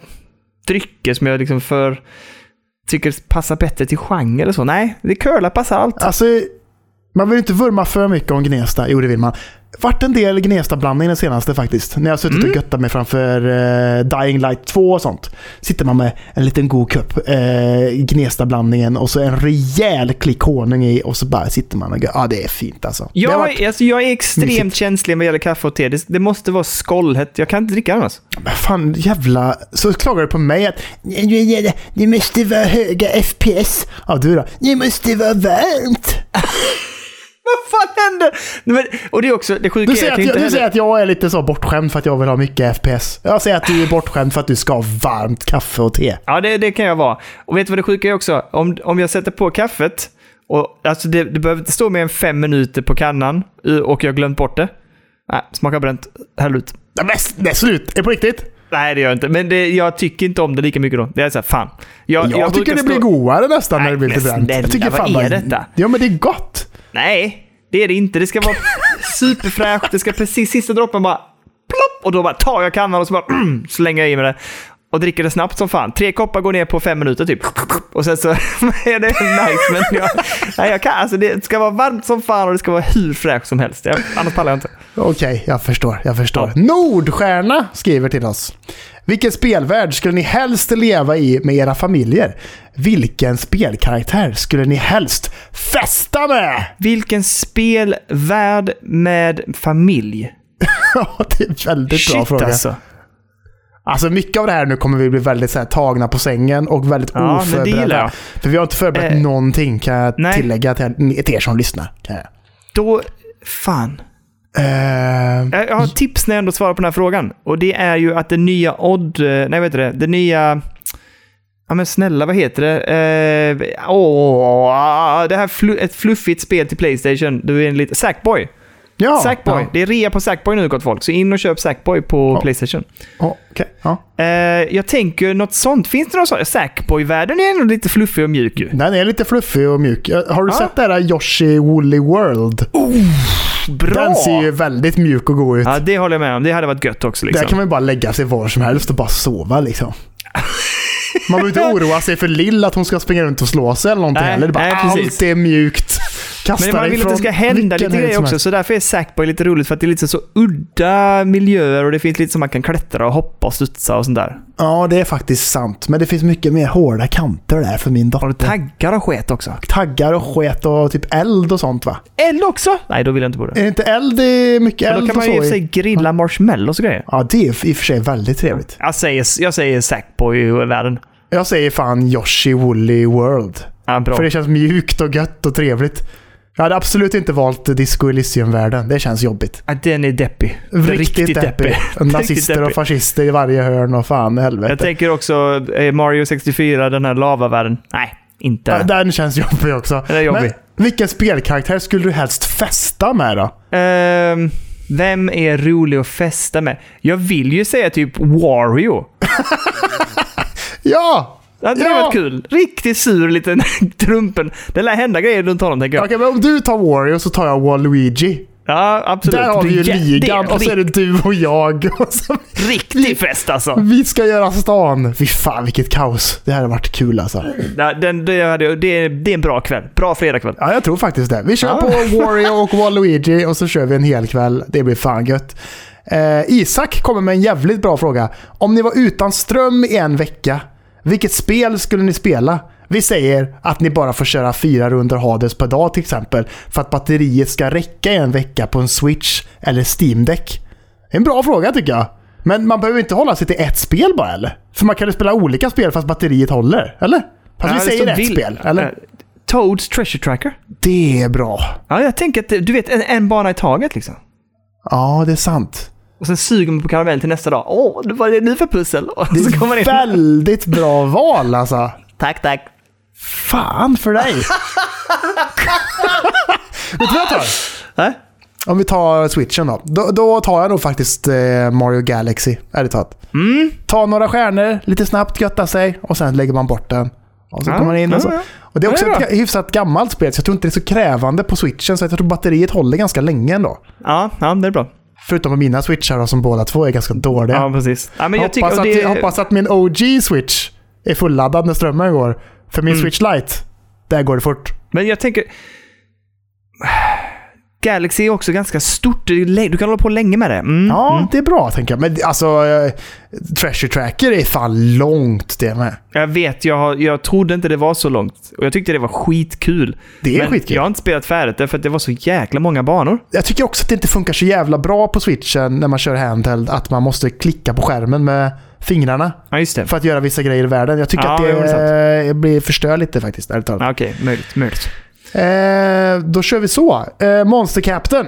Speaker 2: drycker som jag liksom för tycker passar bättre till genre eller så. Nej, det curla passar allt.
Speaker 1: Alltså, man vill inte vurma för mycket om Gnesta. Jo, det vill man. Vart en del Gnesta-blandning den senaste faktiskt. När jag har suttit och göttat mig framför eh, Dying Light 2 och sånt. Sitter man med en liten god kopp eh, Gnesta-blandningen och så en rejäl klick honung i och så bara sitter man och gör. Ja, det är fint alltså. Det
Speaker 2: Jag,
Speaker 1: har varit,
Speaker 2: alltså, jag är extremt
Speaker 1: mysigt.
Speaker 2: känslig vad gäller kaffe och te. Det, det måste vara skållhett. Jag kan inte dricka alltså. annars.
Speaker 1: men fan jävla... Så klagar du på mig att det måste vara höga FPS. Ja, du då? Det måste vara varmt.
Speaker 2: Vad fan händer? Nej, men, och det är också det sjuka
Speaker 1: Du
Speaker 2: är
Speaker 1: säger,
Speaker 2: att
Speaker 1: att
Speaker 2: jag
Speaker 1: jag,
Speaker 2: inte
Speaker 1: du säger
Speaker 2: heller...
Speaker 1: att jag är lite så bortskämd för att jag vill ha mycket FPS. Jag säger att du är bortskämd för att du ska ha varmt kaffe och te.
Speaker 2: Ja, det, det kan jag vara. Och vet du vad det sjuka är också? Om, om jag sätter på kaffet, och, alltså det, det behöver inte stå mer än fem minuter på kannan eh, och jag har glömt bort det. Nej, smakar bränt. Häll ut.
Speaker 1: Nej, men det är slut! Är det på riktigt?
Speaker 2: Nej, det gör jag inte. Men det, jag tycker inte om det lika mycket då. Det är så här, fan.
Speaker 1: Jag, tycker
Speaker 2: brukar
Speaker 1: det blir
Speaker 2: stå-
Speaker 1: godare nästan när
Speaker 2: Nej,
Speaker 1: det blir lite
Speaker 2: men
Speaker 1: bränt. Jag
Speaker 2: snälla,
Speaker 1: tycker
Speaker 2: vad
Speaker 1: fan
Speaker 2: är
Speaker 1: bara-
Speaker 2: detta?
Speaker 1: Ja, men det är gott.
Speaker 2: Nej, det är det inte. Det ska vara superfräscht. Det ska precis sista droppen bara plopp och då bara tar jag kannan och så bara mm, slänger jag i mig det. Och dricker det snabbt som fan. Tre koppar går ner på fem minuter typ. Och sen så är det nice. Men jag, nej, jag kan, alltså det ska vara varmt som fan och det ska vara hur fräscht som helst. Jag, annars pallar jag inte.
Speaker 1: Okej, jag förstår. Jag förstår. Nordstjärna skriver till oss. Vilken spelvärld skulle ni helst leva i med era familjer? Vilken spelkaraktär skulle ni helst festa med?
Speaker 2: Vilken spelvärld med familj?
Speaker 1: Ja, det är en väldigt bra
Speaker 2: Shit
Speaker 1: fråga.
Speaker 2: alltså.
Speaker 1: Alltså mycket av det här nu kommer vi bli väldigt så här, tagna på sängen och väldigt
Speaker 2: Ja, men det gillar
Speaker 1: oförberedda.
Speaker 2: jag.
Speaker 1: För vi har inte förberett
Speaker 2: Eh,
Speaker 1: någonting kan jag
Speaker 2: nej.
Speaker 1: tillägga till, till er som lyssnar. Kan jag.
Speaker 2: Då... Fan.
Speaker 1: Eh,
Speaker 2: Jag jag har ett tips när jag ändå svarar på den här frågan. Och det är ju att det nya Odd... eh, Nej, vet du det? Det nya... Ja, men snälla, vad heter det? Eh, åh, det här flu- ett fluffigt spel till Playstation. Du är en liten... Sackboy!
Speaker 1: ja,
Speaker 2: Sackboy!
Speaker 1: Ja,
Speaker 2: Det är rea på Sackboy nu, gott folk. Så in och köp Sackboy på
Speaker 1: Ja.
Speaker 2: Playstation.
Speaker 1: Ja, okej, ja.
Speaker 2: Eh, jag tänker något sånt. Finns det något sånt? Sackboy-världen är ändå lite fluffig och mjuk ju.
Speaker 1: Den är lite fluffig och mjuk. Eh, Har du
Speaker 2: Ja. Oh,
Speaker 1: sett det här Yoshi Woolly World?
Speaker 2: Bra!
Speaker 1: Den ser ju väldigt mjuk och god ut.
Speaker 2: Ja, det håller jag med om. Det hade varit gött också. Liksom.
Speaker 1: Där kan man ju bara lägga sig var som helst och bara sova liksom. Man behöver inte oroa sig för Lill att hon ska springa runt och slå sig eller någonting
Speaker 2: Nej,
Speaker 1: heller. Det är bara,
Speaker 2: nej, precis.
Speaker 1: allt är mjukt. Kasta
Speaker 2: Men man
Speaker 1: dig
Speaker 2: vill att det
Speaker 1: från
Speaker 2: ska hända
Speaker 1: vilken
Speaker 2: lite
Speaker 1: höjd
Speaker 2: grejer
Speaker 1: som
Speaker 2: också,
Speaker 1: helst.
Speaker 2: så därför är Sackboy lite roligt för att det är lite så udda miljöer och det finns lite som man kan klättra och hoppa och studsa och sånt där.
Speaker 1: Ja, det är faktiskt sant. Men det finns mycket mer hårda kanter där för min dotter.
Speaker 2: Taggar och sket också.
Speaker 1: Taggar och sket och typ eld och sånt va?
Speaker 2: Eld också? Nej, då vill jag inte bo där.
Speaker 1: Är det inte eld i mycket
Speaker 2: Men
Speaker 1: eld
Speaker 2: då kan
Speaker 1: och
Speaker 2: man
Speaker 1: så?
Speaker 2: ju i och för
Speaker 1: i?
Speaker 2: sig grilla marshmallows och grejer.
Speaker 1: Ja, det är i och för sig väldigt trevligt.
Speaker 2: Jag säger, jag säger Sackboy-världen.
Speaker 1: Jag säger fan Yoshi Woolly World.
Speaker 2: Ja, bra.
Speaker 1: För det känns mjukt och gött och trevligt. Jag hade absolut inte valt Disco Elysium-världen. Det känns jobbigt.
Speaker 2: Ja, den är deppig.
Speaker 1: Riktigt, deppig. Nazister och
Speaker 2: deppig.
Speaker 1: fascister i varje hörn och fan i
Speaker 2: Jag
Speaker 1: helvete.
Speaker 2: tänker också eh, Mario 64, den här lavavärlden. Nej, inte.
Speaker 1: Ja, Den känns jobbig också.
Speaker 2: Den är jobbig.
Speaker 1: Men vilken spelkaraktär skulle du helst festa med då?
Speaker 2: Ehm, vem är rolig att festa med? Jag vill ju säga typ Wario.
Speaker 1: Ja!
Speaker 2: Det hade
Speaker 1: Ja!
Speaker 2: varit kul. Riktigt sur liten trumpen. Det lär hända grejer runt honom tänker jag.
Speaker 1: Okej, men om du tar Wario så tar jag Waluigi.
Speaker 2: Ja, absolut.
Speaker 1: Där har vi ju
Speaker 2: Det är-
Speaker 1: ligan och så är det du och jag. Och så,
Speaker 2: ri- Riktig fest alltså.
Speaker 1: vi ska göra stan. Fy fan vilket kaos. Det här har varit kul alltså.
Speaker 2: Ja, den, det, hade- det, är- det är en bra kväll. Bra fredagkväll.
Speaker 1: Ja, jag tror faktiskt det. Vi kör
Speaker 2: Ja.
Speaker 1: på Wario och Waluigi och så kör vi en hel kväll. Det blir fan gött. Eh, Isak kommer med en jävligt bra fråga. Om ni var utan ström i en vecka, vilket spel skulle ni spela? Vi säger att ni bara får köra fyra runder Hades per dag till exempel för att batteriet ska räcka i en vecka på en Switch eller Steam Deck. En bra fråga tycker jag. Men man behöver inte hålla sig till ett spel bara eller? För man kan ju spela olika spel fast batteriet håller, eller? Fast
Speaker 2: Ja,
Speaker 1: vi
Speaker 2: det
Speaker 1: säger
Speaker 2: står
Speaker 1: ett
Speaker 2: vill-
Speaker 1: spel, eller?
Speaker 2: Eh, Toads Treasure Tracker.
Speaker 1: Det är bra.
Speaker 2: Ja, jag tänker att det- du vet, en, en bana i taget liksom.
Speaker 1: Ja, det är sant.
Speaker 2: Och sen suger man på karamell till nästa dag. Åh, vad är det nu för pussel? Och så kommer man in.
Speaker 1: Väldigt bra val alltså.
Speaker 2: Tack, tack.
Speaker 1: Fan för dig. Vet du vad jag tar?
Speaker 2: Äh?
Speaker 1: Om vi tar switchen då. Då, då tar jag nog faktiskt eh, Mario Galaxy, ärligt talat.
Speaker 2: Mm.
Speaker 1: Ta några stjärnor, lite snabbt götta sig och sen lägger man bort den. Och så
Speaker 2: Ja,
Speaker 1: kommer man in och
Speaker 2: ja,
Speaker 1: så.
Speaker 2: ja.
Speaker 1: Och det är
Speaker 2: Ja,
Speaker 1: också
Speaker 2: det är bra.
Speaker 1: ett hyfsat gammalt spel, så jag tror inte det är så krävande på switchen. Så jag tror batteriet håller ganska länge ändå.
Speaker 2: Ja, ja, det är bra.
Speaker 1: Förutom på mina switchar då, som båda två är ganska dåliga.
Speaker 2: Ja, precis. Ja, men jag
Speaker 1: hoppas,
Speaker 2: tycker, och
Speaker 1: att,
Speaker 2: det,
Speaker 1: jag hoppas att min OG-switch är fulladdad när strömmen går. För
Speaker 2: Mm.
Speaker 1: min switch lite, där går det fort.
Speaker 2: Men jag tänker... Galaxy är också ganska stort. Det är lä- Du kan hålla på länge med det. Mm.
Speaker 1: Ja, det är bra tänker jag. Men alltså, eh, Treasure Tracker är fan långt det med.
Speaker 2: Jag vet, jag, har- jag trodde inte det var så långt. Och jag tyckte det var skitkul.
Speaker 1: Det är
Speaker 2: men
Speaker 1: skitkul.
Speaker 2: jag har inte spelat färdigt det för att det var så jäkla många banor.
Speaker 1: Jag tycker också att det inte funkar så jävla bra på switchen när man kör handheld. Att man måste klicka på skärmen med fingrarna
Speaker 2: Ja, just det.
Speaker 1: för att göra vissa grejer i världen. Jag tycker
Speaker 2: Ja,
Speaker 1: att
Speaker 2: jo, det
Speaker 1: det eh, blir förstör lite faktiskt. ärligt talat.
Speaker 2: Ja, Okej, möjligt. möjligt.
Speaker 1: Eh, då kör vi så. Eh, Monster Captain.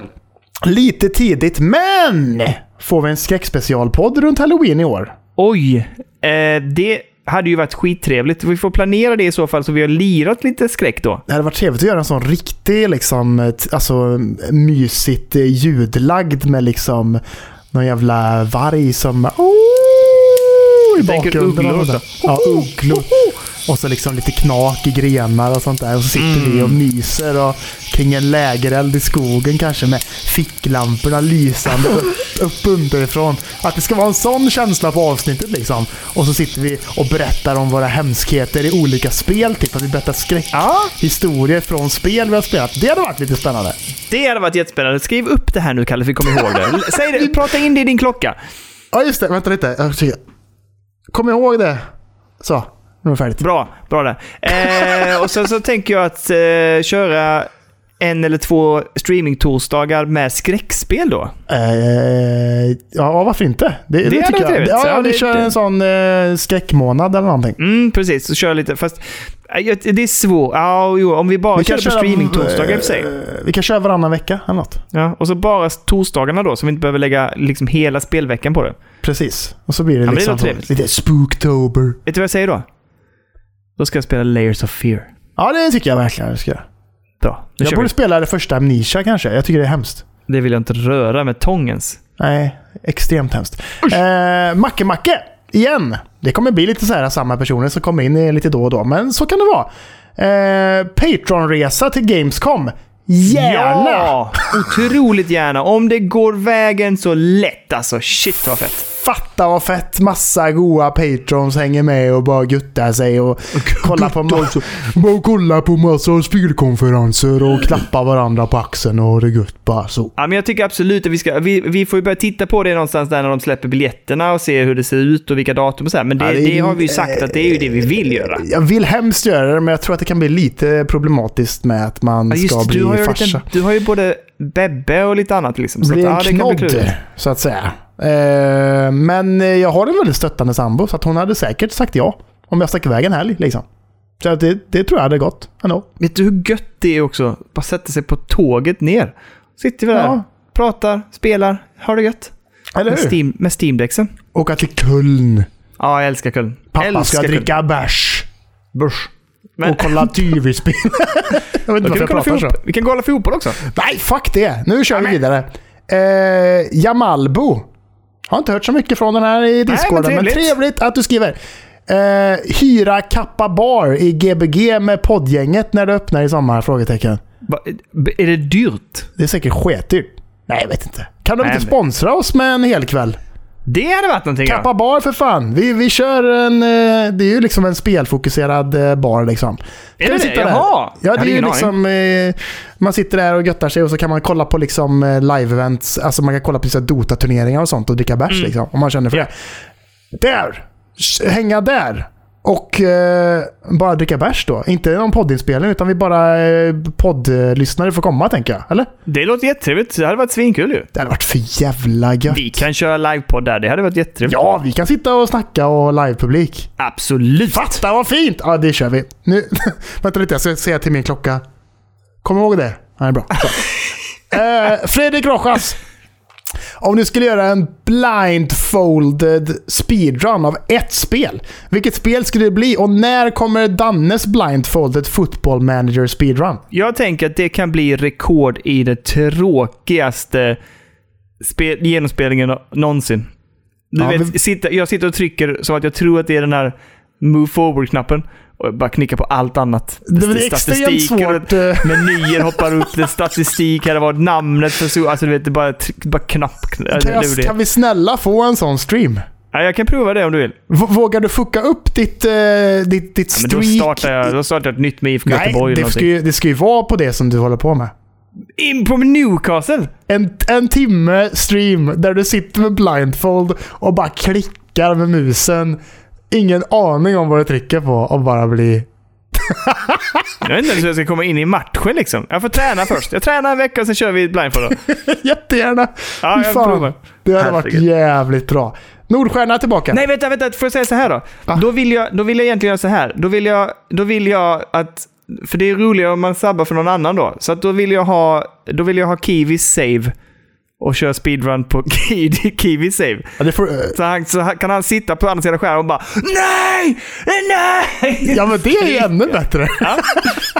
Speaker 1: Lite tidigt, men får vi en skräckspecialpodd runt halloween i år?
Speaker 2: Oj! Eh, det hade ju varit skittrevligt. Vi får planera det i så fall så vi har lirat lite skräck då.
Speaker 1: Det hade varit trevligt att göra en sån riktig, liksom, eh, t- alltså mysigt eh, ljudlagd med liksom någon jävla varg som... Oh, I
Speaker 2: Jag tänker
Speaker 1: bakgrunden.
Speaker 2: ugglor
Speaker 1: och sånt där. Ja, ugglor. Och så liksom lite knak i grenar och sånt där. Och så sitter vi och myser och kring en lägereld i skogen kanske med ficklamporna lysande upp, upp underifrån. Att det ska vara en sån känsla på avsnittet liksom. Och så sitter vi och berättar om våra hemskheter i olika spel. Typ att vi berättar skräck
Speaker 2: Ja,
Speaker 1: historier från spel vi har spelat. Det hade varit lite spännande.
Speaker 2: det hade varit jättespännande. Skriv upp det här nu, Kalle, så vi kommer ihåg det. Säg det, prata in det i din klocka.
Speaker 1: Ja, just det. Vänta lite. Jag ska- Kom ihåg det. Så, nu är det färdigt.
Speaker 2: Bra, bra där. Eh, och sen så tänker jag att eh, köra en eller två streamingtorsdagar med skräckspel då?
Speaker 1: Eh, ja, varför inte? Det, det,
Speaker 2: hade
Speaker 1: tycker
Speaker 2: varit
Speaker 1: jag.
Speaker 2: trevligt.
Speaker 1: Ja,
Speaker 2: Ja,
Speaker 1: ja, vi
Speaker 2: det-
Speaker 1: kör
Speaker 2: det-
Speaker 1: en sån eh, skräckmånad eller någonting.
Speaker 2: Mm, precis. Så kör jag lite. Fast eh, jag- det är svårt. Ja, jo, om vi bara kör på streamingtorsdagar i och för sig.
Speaker 1: eh, Vi kan köra varannan vecka eller något.
Speaker 2: Ja, och så bara torsdagarna då, så vi inte behöver lägga liksom hela spelveckan på det.
Speaker 1: Precis. Och så blir det
Speaker 2: men det
Speaker 1: liksom
Speaker 2: låter trevligt.
Speaker 1: lite spooktober.
Speaker 2: Vet du vad jag säger då? Då ska jag spela Layers of Fear.
Speaker 1: Ja, det tycker jag verkligen jag ska göra.
Speaker 2: Då. Nu
Speaker 1: Jag
Speaker 2: kör
Speaker 1: borde spela det första Amnesia kanske. Jag tycker det är hemskt.
Speaker 2: vi. Det vill jag inte röra med tångens.
Speaker 1: Nej, extremt hemskt. Eh, Macke Macke, igen. Det kommer bli lite så här samma personer som kommer in eh, lite då och då, men så kan det vara. Eh, Patreon-resa till Gamescom. Gärna!
Speaker 2: Ja! Otroligt gärna. Om det går vägen så lätt alltså. Shit vad fett.
Speaker 1: Fatta vad fett massa goa patrons hänger med och bara guttar sig och kollar på, ma- bara kollar på massa spelkonferenser
Speaker 2: Mm.
Speaker 1: och klappar varandra på axeln och har det gött bara så.
Speaker 2: Ja, men jag tycker absolut att vi ska... Vi, vi får ju börja titta på det någonstans där när de släpper biljetterna och se hur det ser ut och vilka datum och så här. Men det,
Speaker 1: Ja,
Speaker 2: det,
Speaker 1: det- eh,
Speaker 2: har vi ju sagt att det är ju det vi vill göra.
Speaker 1: Jag vill hemskt göra det, men jag tror att det kan bli lite problematiskt med att man
Speaker 2: Ja,
Speaker 1: ska
Speaker 2: just det,
Speaker 1: bli
Speaker 2: du har, ju en
Speaker 1: farsa.
Speaker 2: liten, du har ju både Bebbe och lite annat liksom. Så
Speaker 1: blir en
Speaker 2: att, ja, det kan bli
Speaker 1: knodd,
Speaker 2: klurigt.
Speaker 1: så att säga. Eh, men eh, jag har en väldigt stöttande sambo, så att hon hade säkert sagt ja. Om jag stack iväg en helg, liksom. Så att det, det tror jag hade gått ändå.
Speaker 2: Vet du hur gött det är också? Bara sätta sig på tåget ner. Sitter vi där,
Speaker 1: Ja.
Speaker 2: pratar, spelar, har det gött.
Speaker 1: Eller
Speaker 2: Med,
Speaker 1: hur?
Speaker 2: Steam, med Steam-dexen.
Speaker 1: Åka till Köln.
Speaker 2: Ja, jag älskar Köln.
Speaker 1: Pappa
Speaker 2: älskar
Speaker 1: ska
Speaker 2: Köln.
Speaker 1: dricka bärs.
Speaker 2: Börs. Men,
Speaker 1: Och kolla tv-spel. jag vet inte varför
Speaker 2: Då kan vi,
Speaker 1: jag
Speaker 2: kolla
Speaker 1: pratar så.
Speaker 2: fotboll. vi kan kolla fotboll också.
Speaker 1: Nej, fuck det! Nu kör vi vidare. Eh, Jamalbo. Har inte hört så mycket från den här i Discorden, men,
Speaker 2: trevligt.
Speaker 1: trevligt. att du skriver. Eh, hyra Kappa Bar i Gbg med poddgänget när det öppnar i sommar? Frågetecken.
Speaker 2: Va- Är det dyrt?
Speaker 1: Det är säkert sketdyrt. Nej, jag vet inte. Kan de
Speaker 2: Nej,
Speaker 1: inte
Speaker 2: men-
Speaker 1: sponsra oss med en hel kväll?
Speaker 2: Det hade varit någonting. ja.
Speaker 1: Kappa Bar för fan. Vi, vi kör en... eh, Det är ju liksom en spelfokuserad eh, bar liksom.
Speaker 2: Är det det? Jaha! Jag
Speaker 1: Ja,
Speaker 2: hade
Speaker 1: det är ju
Speaker 2: ingen
Speaker 1: liksom... Eh, man sitter där och göttar sig och så kan man kolla på liksom eh, live-events. Alltså man kan kolla på så här Dota-turneringar och sånt och dricka
Speaker 2: Mm.
Speaker 1: bärs liksom. Om man känner för det. Där! Sh- Hänga där! Och eh, bara dricka bärs då. Inte någon poddinspelning utan vi bara eh, poddlyssnare får komma tänker jag. Eller?
Speaker 2: Det låter jättetrevligt. Det hade varit svinkul ju.
Speaker 1: Det hade varit för jävla gött.
Speaker 2: Vi kan köra livepodd där. Det hade varit jättetrevligt.
Speaker 1: Ja, vi kan sitta och snacka och livepublik.
Speaker 2: Absolut.
Speaker 1: Fatta vad fint! Ja, det kör vi. Nu, vänta lite, jag ska säga till min klocka. Kom ihåg det. Ja, det är bra. Så. Eh, Fredrik Rojas. Om du skulle göra en blindfolded speedrun av ett spel, vilket spel skulle det bli och när kommer Dannes blindfolded football manager speedrun?
Speaker 2: Jag tänker att det kan bli rekord i det tråkigaste spe- genomspelningen någonsin. Du
Speaker 1: Ja,
Speaker 2: vet,
Speaker 1: vi-
Speaker 2: sitta, jag sitter och trycker som att jag tror att det är den här move forward-knappen och bara knickar på allt annat.
Speaker 1: Det är extremt
Speaker 2: Statistik och-
Speaker 1: svårt. eh,
Speaker 2: Menyer hoppar upp, det är statistik, här det var namnet för så, Alltså du vet, det är bara, tryck- bara knapp. kn- alltså,
Speaker 1: Kan,
Speaker 2: det är det.
Speaker 1: kan vi snälla få en sån stream?
Speaker 2: Ja, jag kan prova det om du vill.
Speaker 1: V- Vågar du fucka upp ditt, eh, ditt, ditt
Speaker 2: Men då
Speaker 1: streak?
Speaker 2: startar, jag, då startar jag ett nytt med IFK Göteborg eller
Speaker 1: det ska,
Speaker 2: någonting.
Speaker 1: ju, det ska ju vara på det som du håller på med.
Speaker 2: In på Newcastle!
Speaker 1: En, en timme stream där du sitter med blindfold och bara klickar med musen. Ingen aning om vad du trycker på och bara blir...
Speaker 2: Jag vet inte ens hur jag ska komma in i matchen liksom. Jag får träna först. Jag tränar en vecka och sen kör vi blindfold då.
Speaker 1: Jättegärna!
Speaker 2: Ja,
Speaker 1: Fy
Speaker 2: jag
Speaker 1: fan.
Speaker 2: provar.
Speaker 1: Det hade varit
Speaker 2: Herregud.
Speaker 1: jävligt bra. Nordstjärna tillbaka.
Speaker 2: Nej, vänta, vänta. Får jag säga så här då?
Speaker 1: Va?
Speaker 2: Då vill, jag, då vill jag egentligen göra så här. Då vill jag, då vill jag att... För det är roligare om man sabbar för någon annan då. Så att då vill jag ha, då vill jag ha Kiwi save och köra speedrun på Ki- Kiwi save.
Speaker 1: Ja, det får, eh,
Speaker 2: Så, han, så han- kan han sitta på andra sidan skärmen och bara NEJ! NEJ!
Speaker 1: ja, men det är ju ännu bättre.
Speaker 2: Ja.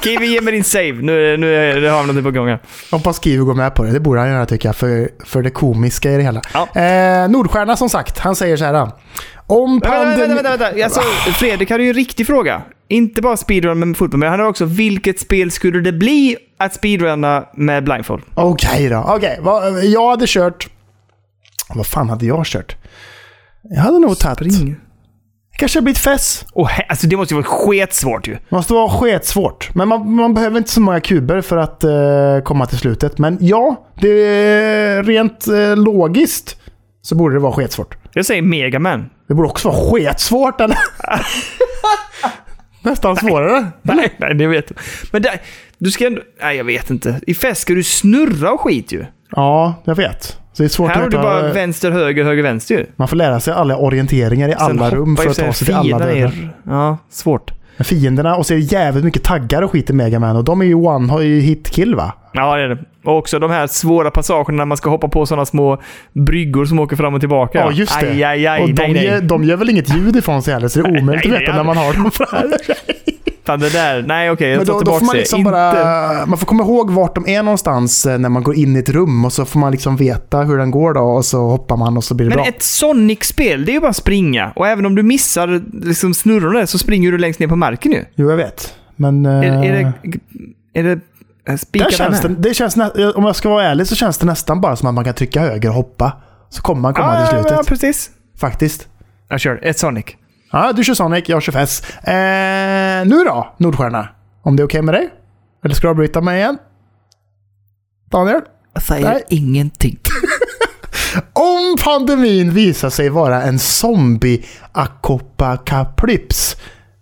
Speaker 2: Kiwi, ge mig din save. Nu, är det- nu är det- har vi någonting på gång här.
Speaker 1: Hoppas Kiwi går med på det. Det borde han göra tycker jag, för, för det komiska i det hela.
Speaker 2: Ja.
Speaker 1: Eh, Nordstjärna som sagt, han säger så här. Om
Speaker 2: Vänta,
Speaker 1: pandemin...
Speaker 2: vänta, vänta, vänta. Alltså, Fredrik hade ju en riktig fråga. Inte bara speedrun med fotboll, men han hade också vilket spel skulle det bli att speedrunna med blindfold?
Speaker 1: Okej då. Okej, vad- jag hade kört... Vad fan hade jag kört? Jag hade nog tagit... Kanske blivit fess.
Speaker 2: Och he- alltså det måste ju vara sketsvårt ju.
Speaker 1: Måste vara sketsvårt. Men man, man behöver inte så många kuber för att eh, komma till slutet. Men ja, det är rent eh, logiskt så borde det vara sketsvårt.
Speaker 2: Jag säger Megaman.
Speaker 1: Det borde också vara sketsvårt eller? Nästan svårare.
Speaker 2: Nej, nej, det vet jag. Men där, du ska ändå... Nej, jag vet inte. I fest ska du snurra och skit ju.
Speaker 1: Ja, jag vet. Så det är svårt
Speaker 2: Här har
Speaker 1: att
Speaker 2: du
Speaker 1: veta.
Speaker 2: bara vänster, höger, höger, vänster ju.
Speaker 1: Man får lära sig alla orienteringar i alla
Speaker 2: Sen
Speaker 1: rum
Speaker 2: hoppar
Speaker 1: för att
Speaker 2: ju
Speaker 1: ta sig till
Speaker 2: sen
Speaker 1: alla
Speaker 2: fienden
Speaker 1: dörrar.
Speaker 2: ner. Ja, svårt.
Speaker 1: Men Fienderna, och så är det jävligt mycket taggar och skit i Mega Man och de är ju one-hit kill va?
Speaker 2: Ja, det är det. Och också de här svåra passagerna när man ska hoppa på sådana små bryggor som åker fram och tillbaka.
Speaker 1: Ja, just det.
Speaker 2: Aj, aj, aj,
Speaker 1: och de,
Speaker 2: nej, nej.
Speaker 1: Gör, de gör väl inget ljud ifrån sig heller, så det är omöjligt
Speaker 2: nej,
Speaker 1: att veta
Speaker 2: nej,
Speaker 1: när man har dem framför sig.
Speaker 2: Fan, det där. Nej, okej.
Speaker 1: Men
Speaker 2: jag tar
Speaker 1: då, då
Speaker 2: tillbaka
Speaker 1: får man
Speaker 2: det.
Speaker 1: liksom
Speaker 2: Inte-
Speaker 1: bara... Man får komma ihåg vart de är någonstans eh, när man går in i ett rum och så får man liksom veta hur den går då och så hoppar man och så blir det
Speaker 2: Men
Speaker 1: bra.
Speaker 2: ett Sonic-spel, det är ju bara springa. Och även om du missar liksom snurrorna där, så springer du längst ner på marken ju.
Speaker 1: Jo, jag vet. Men... eh,
Speaker 2: Är, är det... Är det är spikar
Speaker 1: där känns det,
Speaker 2: den här?
Speaker 1: det känns nä- om jag ska vara ärlig så känns det nästan bara som att man kan trycka höger och hoppa. Så kommer man komma till
Speaker 2: Ja,
Speaker 1: slutet.
Speaker 2: ja, precis.
Speaker 1: Faktiskt.
Speaker 2: Jag kör. Ett Sonic.
Speaker 1: Ja, du kör Sonic, jag kör Fess. Eh, nu då, Nordstjärna? Om det är okej med dig? Eller ska du avbryta mig igen? Daniel?
Speaker 2: Jag säger
Speaker 1: Nej.
Speaker 2: ingenting.
Speaker 1: Om pandemin visar sig vara en zombie-akopakaplips,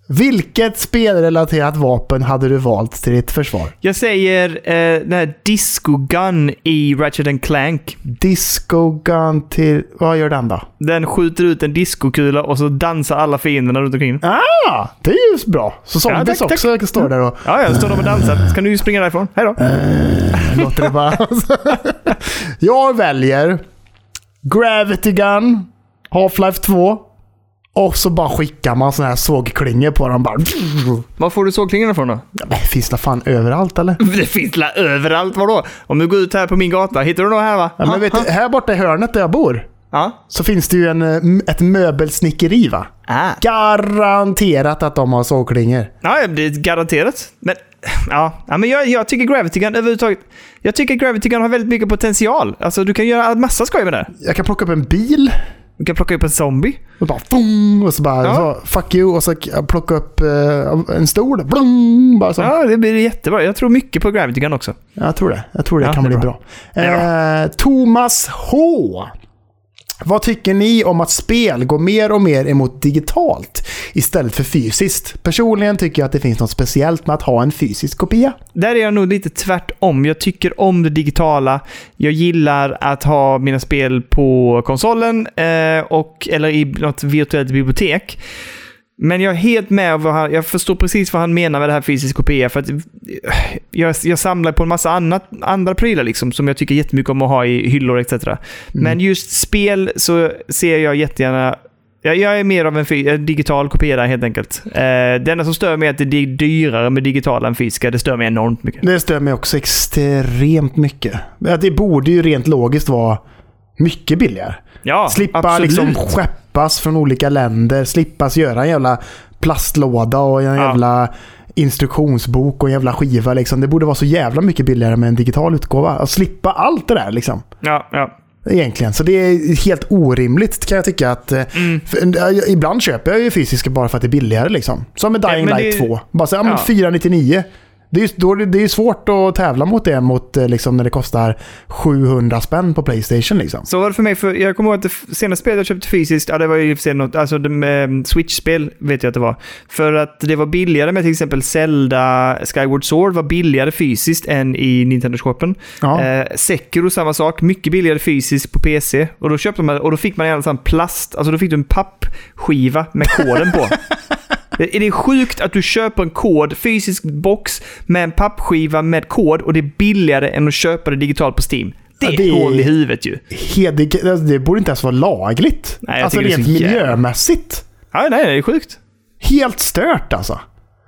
Speaker 1: vilket spelrelaterat vapen hade du valt till ditt försvar?
Speaker 2: Jag säger eh, den här Disco Gun i Ratchet and Clank.
Speaker 1: Disco gun till... Vad gör den då?
Speaker 2: Den skjuter ut en discokula och så dansar alla fienderna runt omkring.
Speaker 1: Ah, det är ju bra. Så zombies
Speaker 2: tack,
Speaker 1: också står där och
Speaker 2: Ja, ja, står de och dansar. Så kan du ju springa därifrån. Hej då.
Speaker 1: låter det bara... jag väljer Gravity Gun, Half-Life 2 och så bara skickar man såna här sågklingor på dem. Bara...
Speaker 2: Var får du sågklingorna ifrån då?
Speaker 1: Ja, men Finns det fan överallt eller?
Speaker 2: Det finns la överallt. Vadå? Om du går ut här på min gata, hittar du något här va?
Speaker 1: Ja, men vet du, här borta i hörnet där jag bor
Speaker 2: Ja.
Speaker 1: så finns det ju en, eh, m- ett möbelsnickeri va?
Speaker 2: Ah.
Speaker 1: Garanterat att de har sågklingor.
Speaker 2: Ja, det är garanterat. Men, ja. ja men jag, jag tycker Gravity Gun överhuvudtaget... Jag tycker Gravity Gun har väldigt mycket potential. Alltså, du kan göra massa skoj med det.
Speaker 1: Jag kan plocka upp en bil
Speaker 2: Du kan plocka upp en zombie.
Speaker 1: och bara boom, och så bara
Speaker 2: Ja.
Speaker 1: så, fuck you och så k- plocka upp eh, en stol. Blum, bara så.
Speaker 2: Ja, det blir jättebra. Jag tror mycket på Gravity Gun också.
Speaker 1: Jag tror det. Jag tror det
Speaker 2: Ja,
Speaker 1: kan
Speaker 2: det är
Speaker 1: bli
Speaker 2: bra.
Speaker 1: bra. Eh, Thomas H. Vad tycker ni om att spel går mer och mer emot digitalt istället för fysiskt? Personligen tycker jag att det finns något speciellt med att ha en fysisk kopia.
Speaker 2: Där är jag nog lite tvärtom. Jag tycker om det digitala. Jag gillar att ha mina spel på konsolen eh, och, eller i något virtuellt bibliotek. Men jag är helt med. Vad han, jag förstår precis vad han menar med det här fysisk kopia. För att eh, jag, jag samlar på en massa annat, andra prylar liksom, som jag tycker jättemycket om att ha i hyllor etc.
Speaker 1: Mm.
Speaker 2: Men just spel så ser jag jättegärna jag, jag är mer av en, fy- en digital kopia där helt enkelt. Eh, det enda som stör mig är att det är dyrare med digitala än fysiska. Det stör mig enormt mycket.
Speaker 1: Det stör mig också extremt mycket. Ja, Det borde ju rent logiskt vara mycket billigare.
Speaker 2: Ja,
Speaker 1: Slippa
Speaker 2: absolut.
Speaker 1: liksom skeppas från olika länder, slippas göra en jävla plastlåda och en
Speaker 2: Ja.
Speaker 1: jävla instruktionsbok och en jävla skiva. Liksom. Det borde vara så jävla mycket billigare med en digital utgåva. Att slippa allt det där liksom.
Speaker 2: Ja, ja.
Speaker 1: Egentligen. Så det är helt orimligt kan jag tycka. att eh,
Speaker 2: Mm.
Speaker 1: för, eh, jag- Ibland köper jag ju fysiska bara för att det är billigare. Liksom. Som med
Speaker 2: Ja,
Speaker 1: Dying
Speaker 2: men
Speaker 1: Light
Speaker 2: det-
Speaker 1: 2. Bara så, ja, men
Speaker 2: Ja.
Speaker 1: 499. Det är, ju, då, är det- det är ju svårt att tävla mot det mot, eh, liksom, när det kostar 700 spänn på Playstation. Liksom.
Speaker 2: Så var det för mig. För jag kommer ihåg att det f- senaste spelet jag köpte fysiskt, ja det var ju i och för sig något, alltså de, ehm, Switch-spel vet jag att det var. För att det var billigare med till exempel Zelda, Skyward Sword var billigare fysiskt än i Nintendo-shoppen.
Speaker 1: Ja.
Speaker 2: Eh, Sekiro samma sak, mycket billigare fysiskt på PC. Och då köpte man, och då fick man en sån plast, alltså då fick du en pappskiva med koden på. Det- Är det sjukt att du köper en kod, fysisk box, med en pappskiva med kod och det är billigare än att köpa det digitalt på Steam? Det
Speaker 1: Ja,
Speaker 2: är
Speaker 1: det är-
Speaker 2: hål i huvudet ju.
Speaker 1: Hedig, alltså, det borde inte ens vara lagligt.
Speaker 2: Nej, jag
Speaker 1: alltså
Speaker 2: tycker det är
Speaker 1: rent
Speaker 2: så jävla-
Speaker 1: miljömässigt.
Speaker 2: Ja, nej, det är sjukt.
Speaker 1: Helt stört alltså.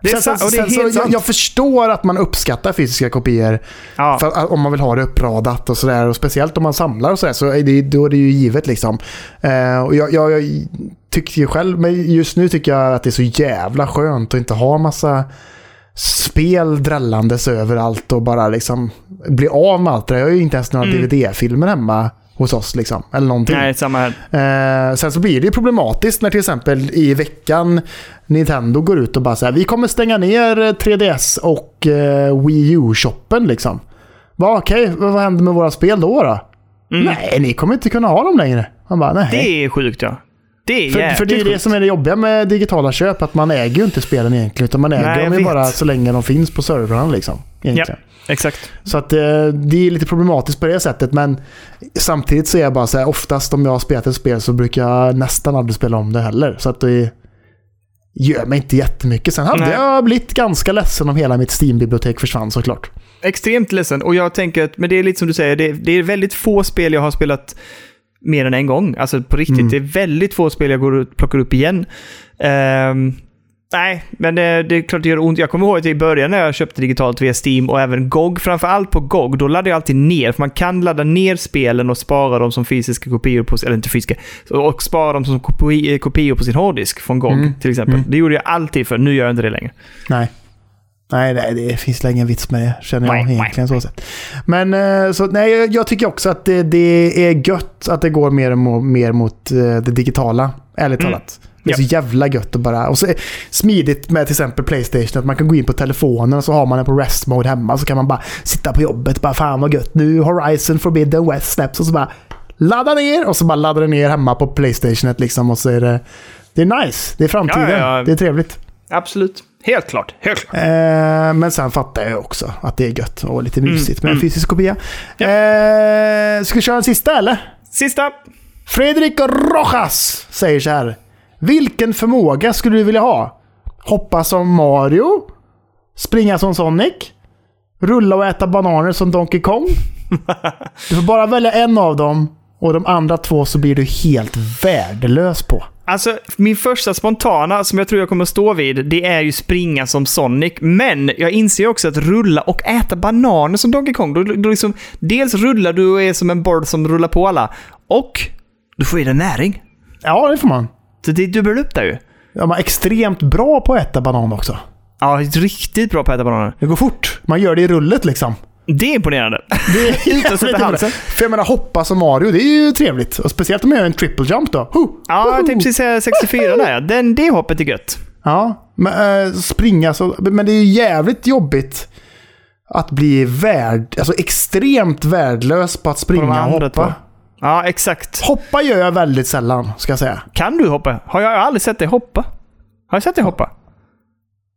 Speaker 2: Det är sant, och det är helt
Speaker 1: jag,
Speaker 2: sant.
Speaker 1: jag förstår att man uppskattar fysiska kopior
Speaker 2: Ja.
Speaker 1: för, att- om man vill ha det uppradat och sådär. Och speciellt om man samlar och sådär, så är det, då är det ju givet liksom. Eh, och jag, jag, jag tycker ju själv, men just nu tycker jag att det är så jävla skönt att inte ha massa spel drällandes överallt och bara liksom bli av med allt det där. Jag har ju inte ens några DVD-filmer hemma hos oss liksom. Eller någonting.
Speaker 2: Mm. Nej, samma här.
Speaker 1: Eh, sen så blir det ju problematiskt när till exempel i veckan Nintendo går ut och bara säger vi kommer stänga ner eh, 3DS och eh, Wii U-shoppen liksom. Va, okej, vad vad händer med
Speaker 2: Mm.
Speaker 1: våra spel då? då? Nej, ni kommer inte kunna ha dem längre. Man bara, nej.
Speaker 2: Det är sjukt ja. Det är
Speaker 1: För,
Speaker 2: jäkligt
Speaker 1: för det är ju det
Speaker 2: sjukt.
Speaker 1: som är det jobbiga med digitala köp, att man äger ju inte spelen egentligen. Utan man äger
Speaker 2: Nej, jag
Speaker 1: dem ju bara
Speaker 2: vet.
Speaker 1: så länge de finns på servrarna. Liksom, egentligen.
Speaker 2: Exakt.
Speaker 1: Så att, eh, det är lite problematiskt på det sättet. Men samtidigt så är jag bara så här, oftast om jag har spelat ett spel så brukar jag nästan aldrig spela om det heller. Så att det gör mig inte jättemycket. Sen hade
Speaker 2: Nej.
Speaker 1: jag blivit ganska ledsen om hela mitt Steam-bibliotek försvann såklart.
Speaker 2: Extremt ledsen. Och jag tänker att, men det är lite som du säger, det, det är väldigt få spel jag har spelat mer än en gång. Alltså på riktigt, det är väldigt få spel jag går och plockar upp igen. Ehm, nej, men det, det är klart det gör ont. Jag kommer ihåg att i början när jag köpte digitalt via Steam och även GOG, framförallt på GOG, då laddade jag alltid ner. För man kan ladda ner spelen och spara dem som fysiska kopior på, eller inte fysiska, och spara dem som kopi, eh, kopior på sin hårddisk från GOG
Speaker 1: Mm.
Speaker 2: till exempel.
Speaker 1: Mm.
Speaker 2: Det gjorde jag alltid för nu gör jag inte det längre.
Speaker 1: Nej. Nej, nej, det finns väl ingen vits med det känner jag
Speaker 2: Nej, nej,
Speaker 1: egentligen. så sett. Men eh, så, nej, jag- jag tycker också att det, det är gött att det går mer, och mo- mer mot eh, det digitala, ärligt
Speaker 2: Mm.
Speaker 1: talat. Det är så jävla gött att bara... Och så är- smidigt med till exempel Playstation, att man kan gå in på telefonen och så har man den på rest mode hemma. Så kan man bara sitta på jobbet bara fan vad gött nu, Horizon Forbidden West släpps och så bara ladda ner och så bara laddar det ner hemma på Playstationet liksom och så är det... Det är nice, det är framtiden,
Speaker 2: Ja, ja, ja.
Speaker 1: det är trevligt.
Speaker 2: Absolut. Helt klart. Helt klart.
Speaker 1: Eh, men sen fattar jag också att det är gött och lite mysigt med en
Speaker 2: mm.
Speaker 1: fysisk kopia. Eh, ska vi köra en sista eller?
Speaker 2: Sista.
Speaker 1: Fredrik Rojas säger så här. Vilken förmåga skulle du vilja ha? Hoppa som Mario? Springa som Sonic? Rulla och äta bananer som Donkey Kong? Du får bara välja en av dem och de andra två så blir du helt värdelös på.
Speaker 2: Alltså, min första spontana som jag tror jag kommer stå vid, det är ju springa som Sonic. Men jag inser ju också att rulla och äta bananer som Donkey Kong, då, då liksom, dels rullar du och är som en board som rullar på alla, och du får i dig näring.
Speaker 1: Ja, det får man.
Speaker 2: Så det är dubbel upp där ju.
Speaker 1: Ja, man är extremt bra på att äta banan också.
Speaker 2: Ja, riktigt bra på att äta bananer.
Speaker 1: Det går fort. Man gör det i rullet liksom.
Speaker 2: Det är imponerande.
Speaker 1: Det är
Speaker 2: Utan att sätta halsen.
Speaker 1: För jag menar, hoppa som Mario, det är ju trevligt. Och speciellt om jag gör en triple jump då. Huh!
Speaker 2: Ja, jag
Speaker 1: Woho!
Speaker 2: tänkte precis säga 64 där ja. Den, det hoppet är gött.
Speaker 1: Ja, men eh, springa så... Men det är ju jävligt jobbigt att bli värd... Alltså extremt värdelös på att
Speaker 2: På de
Speaker 1: springa och
Speaker 2: andra
Speaker 1: hoppa.
Speaker 2: två. Ja, exakt.
Speaker 1: Hoppa gör jag väldigt sällan, ska jag säga.
Speaker 2: Kan du hoppa? Har jag, jag har aldrig sett dig hoppa? Har jag sett dig hoppa?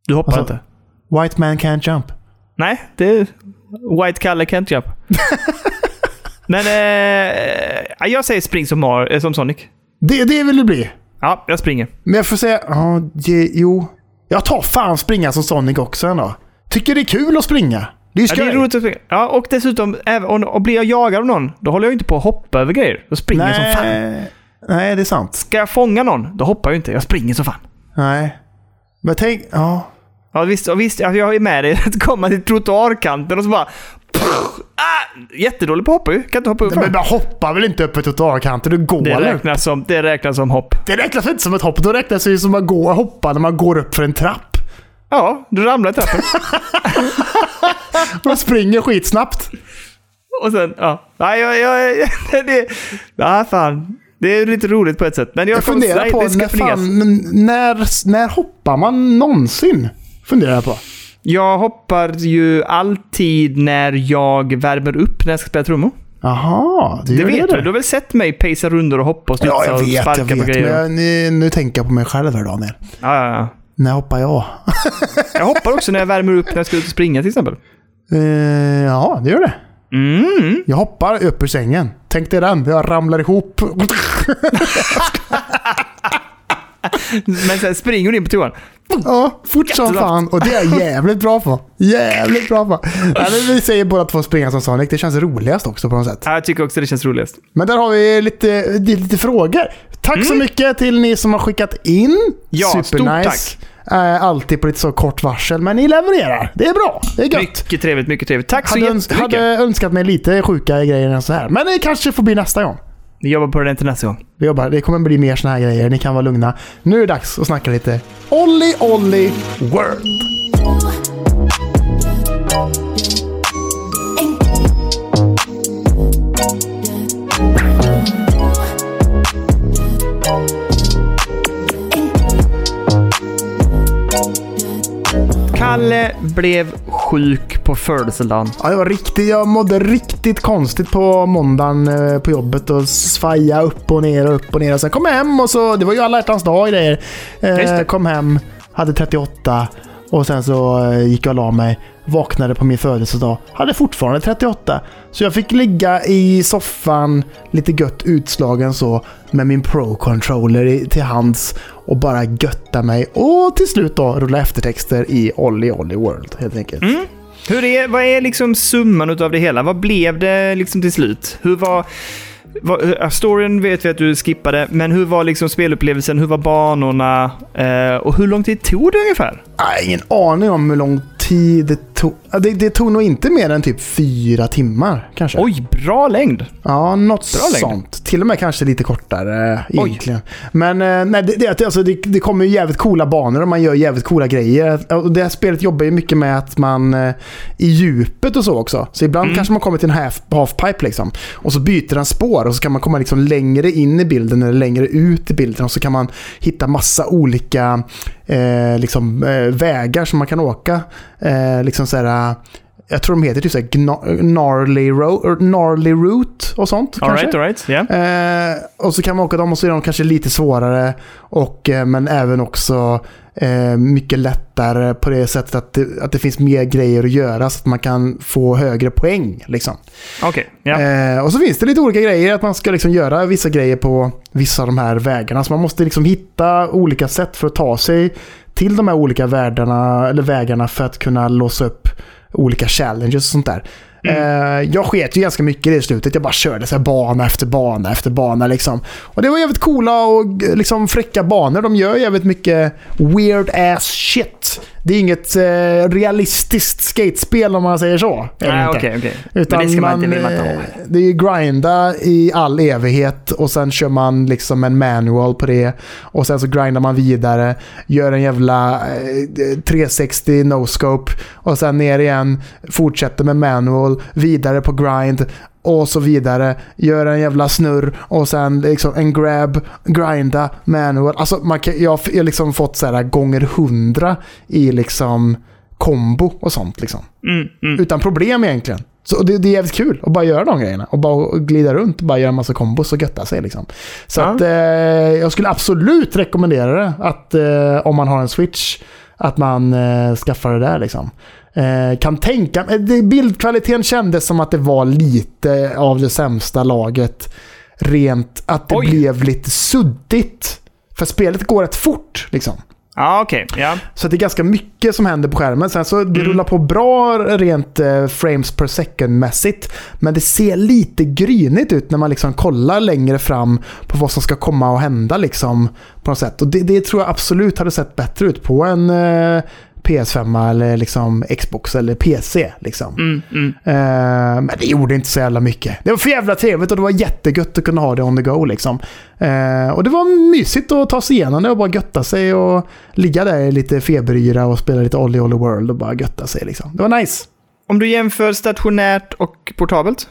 Speaker 2: Du hoppar
Speaker 1: Alltså-
Speaker 2: inte?
Speaker 1: White man can't jump.
Speaker 2: Nej, det är White Calle Kent Jump. Men eh, jag säger spring som, Mar- eh, som Sonic.
Speaker 1: Det, det vill det bli.
Speaker 2: Ja, jag springer.
Speaker 1: Men jag får säga... Ja, det, jo. Jag tar fan springa som Sonic också ändå. Tycker det är kul att springa. Det är ju
Speaker 2: Ja, det
Speaker 1: skoj.
Speaker 2: är roligt att springa. Ja, och dessutom, även, om- och blir jag jagad av någon, då håller jag ju inte på att hoppa över grejer. Då springer jag som fan.
Speaker 1: Nej, nej, det är sant.
Speaker 2: Ska jag fånga någon, då hoppar jag ju inte. Jag springer som fan.
Speaker 1: Nej. Men tänk, ja.
Speaker 2: Ja, visst, och visst ja, jag är med dig. Att komma till trottoarkanten och så bara... Pff, ah, jättedålig på att hoppa ju. Kan inte hoppa upp
Speaker 1: Nej, Men
Speaker 2: för
Speaker 1: man hoppar väl inte upp på trottoarkanten? Du går
Speaker 2: det
Speaker 1: eller?
Speaker 2: räknas, som, det räknas som hopp.
Speaker 1: det räknas väl inte som ett hopp? Då räknas det ju som att gå, hoppa när man går upp för en trapp.
Speaker 2: Ja, du ramlar i trappen.
Speaker 1: Man springer skitsnabbt.
Speaker 2: Och sen, ja. Nej, jag, jag, jag, det, ja, fan. Det är lite roligt på ett sätt. Men jag,
Speaker 1: Jag
Speaker 2: kommer-
Speaker 1: funderar
Speaker 2: nej,
Speaker 1: på
Speaker 2: det ska
Speaker 1: när,
Speaker 2: förnyas.
Speaker 1: fan, n- när, när hoppar man någonsin? Funderar jag på.
Speaker 2: Jag hoppar ju alltid när jag värmer upp när jag ska spela trummor.
Speaker 1: Jaha, du
Speaker 2: Det
Speaker 1: gör det
Speaker 2: vet du. Du har väl sett mig pacea rundor och hoppa och
Speaker 1: Ja,
Speaker 2: studsa
Speaker 1: jag
Speaker 2: och
Speaker 1: vet,
Speaker 2: sparka
Speaker 1: jag
Speaker 2: på
Speaker 1: vet. Men
Speaker 2: grejer.
Speaker 1: jag, nu, nu tänker jag på mig själv här Daniel.
Speaker 2: Ja, ja, ja.
Speaker 1: När hoppar jag?
Speaker 2: Jag hoppar också när jag värmer upp när jag ska ut och springa till exempel.
Speaker 1: Eh, ja, det gör det.
Speaker 2: Mm.
Speaker 1: Jag hoppar upp ur sängen. Tänk dig den, jag ramlar ihop.
Speaker 2: Men sen springer du in på toan.
Speaker 1: Ja, fort som
Speaker 2: Jättelångt.
Speaker 1: fan. Och det är jag jävligt bra på. Jävligt bra på. Nej, men vi säger båda två springa som Sonic. Det känns roligast också på något sätt.
Speaker 2: Ja, jag tycker också det känns roligast.
Speaker 1: Men där har vi lite, det är lite frågor. Tack så mycket till ni som har skickat in.
Speaker 2: Mm. Ja,
Speaker 1: Supernice.
Speaker 2: stort
Speaker 1: Eh, alltid på lite så kort varsel, men ni levererar. Det är bra. Det är gött.
Speaker 2: Mycket trevligt, mycket trevligt. Tack så
Speaker 1: Hade, öns-
Speaker 2: jättemycket.
Speaker 1: hade önskat mig lite sjuka grejer än så här. Men det kanske får bli nästa gång.
Speaker 2: Vi jobbar på det till nästa gång.
Speaker 1: Vi jobbar. Det kommer bli mer såna här grejer. Ni kan vara lugna. Nu är det dags att snacka lite Olli Olli World.
Speaker 2: Kalle blev sjuk på födelsedagen.
Speaker 1: Ja, det var riktigt, jag mådde riktigt konstigt på måndagen eh, på jobbet och svaja upp och ner och upp och ner. Och sen kom jag hem och så, det var ju alla hjärtans dag och grejer.
Speaker 2: Just
Speaker 1: Eh,
Speaker 2: det.
Speaker 1: kom hem, hade 38 och sen så eh, gick jag och la mig. Vaknade på min födelsedag, hade fortfarande 38. Så jag fick ligga i soffan, lite gött utslagen så, med min Pro-controller i- till hands och bara götta mig. Och till slut då rulla eftertexter i Olli Olli World helt enkelt.
Speaker 2: Mm. Hur är, vad är liksom summan utav det hela? Vad blev det liksom till slut? Hur var... vad- hur- Storyn vet vi att du skippade, men hur var liksom spelupplevelsen? Hur var banorna? Eh, och hur lång tid tog det ungefär?
Speaker 1: Jag ingen aning om hur lång tid det tog. Ja, Det, det tog nog inte mer än typ fyra timmar kanske.
Speaker 2: Oj, bra längd!
Speaker 1: Ja, något
Speaker 2: längd.
Speaker 1: sånt. Till och med kanske lite kortare eh, egentligen. Men eh, nej, det, det, alltså, det, det kommer ju jävligt coola banor och man gör jävligt coola grejer. Och det här spelet jobbar ju mycket med att man eh, i djupet och så också. Så ibland
Speaker 2: Mm.
Speaker 1: kanske man kommer till en half, halfpipe liksom. Och så byter den spår och så kan man komma liksom längre in i bilden eller längre ut i bilden. Och så kan man hitta massa olika eh, liksom, eh, vägar som man kan åka. Eh, liksom så här, eh, jag tror de heter typ såhär gna- gnarly, ro- or gnarly route och sånt.
Speaker 2: All
Speaker 1: kanske.
Speaker 2: right, all right. Yeah.
Speaker 1: Eh, och så kan man åka dem och så är de kanske lite svårare. Och, eh, men även också eh, mycket lättare på det sättet att det, att det finns mer grejer att göra så att man kan få högre poäng. Liksom.
Speaker 2: Okej, ja.
Speaker 1: Eh, och så finns det lite olika grejer, att man ska liksom göra vissa grejer på vissa av de här vägarna. Så man måste liksom hitta olika sätt för att ta sig till de här olika världarna, eller vägarna för att kunna låsa upp olika challenges och sånt där.
Speaker 2: Mm.
Speaker 1: Eh, jag sket ju ganska mycket i det i slutet. Jag bara körde så här bana efter bana efter bana. Liksom. Och det var jävligt coola och g- liksom fräcka banor. De gör jävligt mycket weird ass shit. Det är inget eh, realistiskt skatespel om man säger så. Är det
Speaker 2: Nej,
Speaker 1: inte.
Speaker 2: Ah, okej, okej.
Speaker 1: Utan
Speaker 2: Men det ska man inte vilja
Speaker 1: eh,
Speaker 2: ta.
Speaker 1: Det är ju grinda i all evighet och sen kör man liksom en manual på det. Och sen så grindar man vidare, gör en jävla eh, 360 no-scope och sen ner igen, fortsätter med manual, vidare på grind och så vidare. Gör en jävla snurr och sen liksom en grab, grinda, manual. Alltså man kan, jag har jag har liksom fått så här gånger hundra i liksom kombo och sånt liksom
Speaker 2: Mm, mm.
Speaker 1: utan problem egentligen. Så det, det är jävligt kul att bara göra de grejerna. Och bara glida runt och bara göra en massa kombos och götta sig. Liksom. Så
Speaker 2: Ja.
Speaker 1: att, eh, jag skulle absolut rekommendera det. Att, eh, om man har en switch, att man eh, skaffar det där. Liksom. Eh, kan tänka, eh, det, bildkvaliteten kändes som att det var lite av det sämsta laget. Rent att det
Speaker 2: Oj.
Speaker 1: blev lite suddigt. För spelet går rätt fort. Liksom.
Speaker 2: Ja, okej. Ja.
Speaker 1: Så det är ganska mycket som händer på skärmen. Sen så det rullar på bra rent eh, frames per second-mässigt. Men det ser lite grynigt ut när man liksom kollar längre fram på vad som ska komma och hända. Liksom, på något sätt. Och det, det tror jag absolut hade sett bättre ut på en eh, PS5 eller liksom Xbox eller PC. Liksom.
Speaker 2: Mm, mm.
Speaker 1: Eh, men det gjorde inte så jävla mycket. Det var för jävla trevligt och det var jättegött att kunna ha det on the go. Liksom. Eh, och det var mysigt att ta sig igenom det och bara götta sig och ligga där i lite feberyra och spela lite Olly Olly World och bara götta sig. Liksom. Det var nice.
Speaker 2: Om du jämför stationärt och portabelt?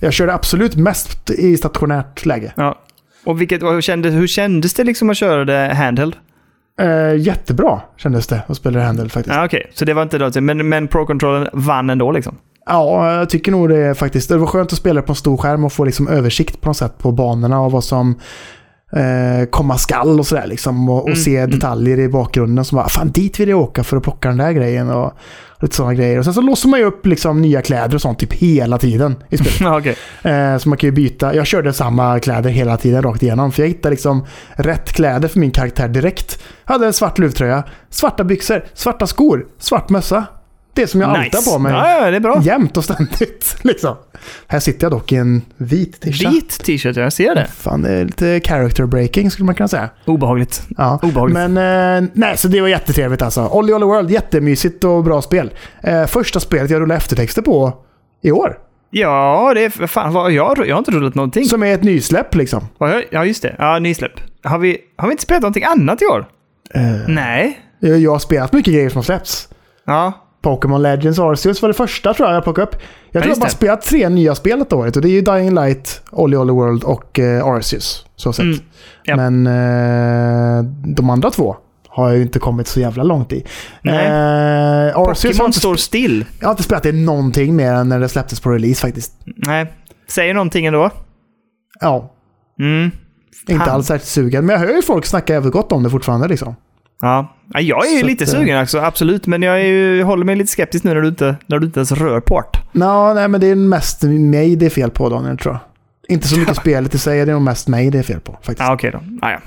Speaker 1: Jag körde absolut mest i stationärt läge.
Speaker 2: Ja. Och vilket, och hur, kändes, hur kändes det liksom att köra det handheld?
Speaker 1: Eh, jättebra kändes det att spela i Handel faktiskt.
Speaker 2: Ja, okej. Så det var inte då, men, men Pro-controllen vann ändå liksom?
Speaker 1: Ja, jag tycker nog det faktiskt. Det var skönt att spela på en stor skärm och få liksom översikt på något sätt på banorna och vad som eh, komma skall och sådär. Liksom, och och
Speaker 2: Mm,
Speaker 1: se detaljer i bakgrunden som bara, fan dit vill jag åka för att plocka den där grejen och lite sådana grejer. Och sen så låser man ju upp liksom nya kläder och sånt typ hela tiden i spelet.
Speaker 2: Ja, okej.
Speaker 1: Eh, så man kan ju byta. Jag körde samma kläder hela tiden rakt igenom. För jag hittade liksom rätt kläder för min karaktär direkt. Jag hade en svart luvtröja, svarta byxor, svarta skor, svart mössa. Det som jag alltid har på mig.
Speaker 2: Ja, ja, det är bra.
Speaker 1: Jämt och ständigt. Liksom. Här sitter jag dock i en vit tisha.
Speaker 2: Vit t-shirt, jag ser det.
Speaker 1: Fan, det är lite character breaking skulle man kunna säga.
Speaker 2: Obehagligt.
Speaker 1: Ja.
Speaker 2: Obehagligt.
Speaker 1: Men eh, nej, så det var jättetrevligt alltså. Olly Olly World, jättemysigt och bra spel. Eh, första spelet jag rullade eftertexter på i år.
Speaker 2: Ja, det är... Fan, vad, jag, jag har inte rullat någonting.
Speaker 1: Som är ett nysläpp liksom.
Speaker 2: Vad har jag- Ja, just det. Ja, nysläpp. Har vi, har vi inte spelat någonting annat i år? Nej.
Speaker 1: Eh, jag har spelat mycket grejer som har släppts.
Speaker 2: Ja.
Speaker 1: Pokémon Legends Arceus var det första tror jag jag plockade upp. Jag tror
Speaker 2: just
Speaker 1: jag bara
Speaker 2: det.
Speaker 1: spelat tre nya spel detta året och det är ju Dying Light, Olly Olly World och eh, Arceus. Så sett.
Speaker 2: Mm. Ja.
Speaker 1: Men eh, de andra två har jag ju inte kommit så jävla långt i.
Speaker 2: Nej.
Speaker 1: Eh, Arceus har
Speaker 2: Pokémon
Speaker 1: inte,
Speaker 2: står still.
Speaker 1: jag har inte spelat det någonting mer än när det släpptes på release faktiskt.
Speaker 2: Nej. Säger någonting ändå.
Speaker 1: Ja,
Speaker 2: Mm.
Speaker 1: inte
Speaker 2: Fan.
Speaker 1: alls särskilt sugen. Men jag hör ju folk snacka jävligt gott om det fortfarande liksom.
Speaker 2: Ja. ja, jag är ju
Speaker 1: Så
Speaker 2: lite
Speaker 1: att, eh,
Speaker 2: sugen också, absolut. Men jag är ju, håller mig lite skeptisk nu när du inte, när du inte ens rör port.
Speaker 1: Nå, nej, men det är mest mig det är fel på Daniel tror jag. Inte så mycket spelet i sig, det är nog mest mig det är fel på faktiskt.
Speaker 2: Ja, okej då. Ja, ja.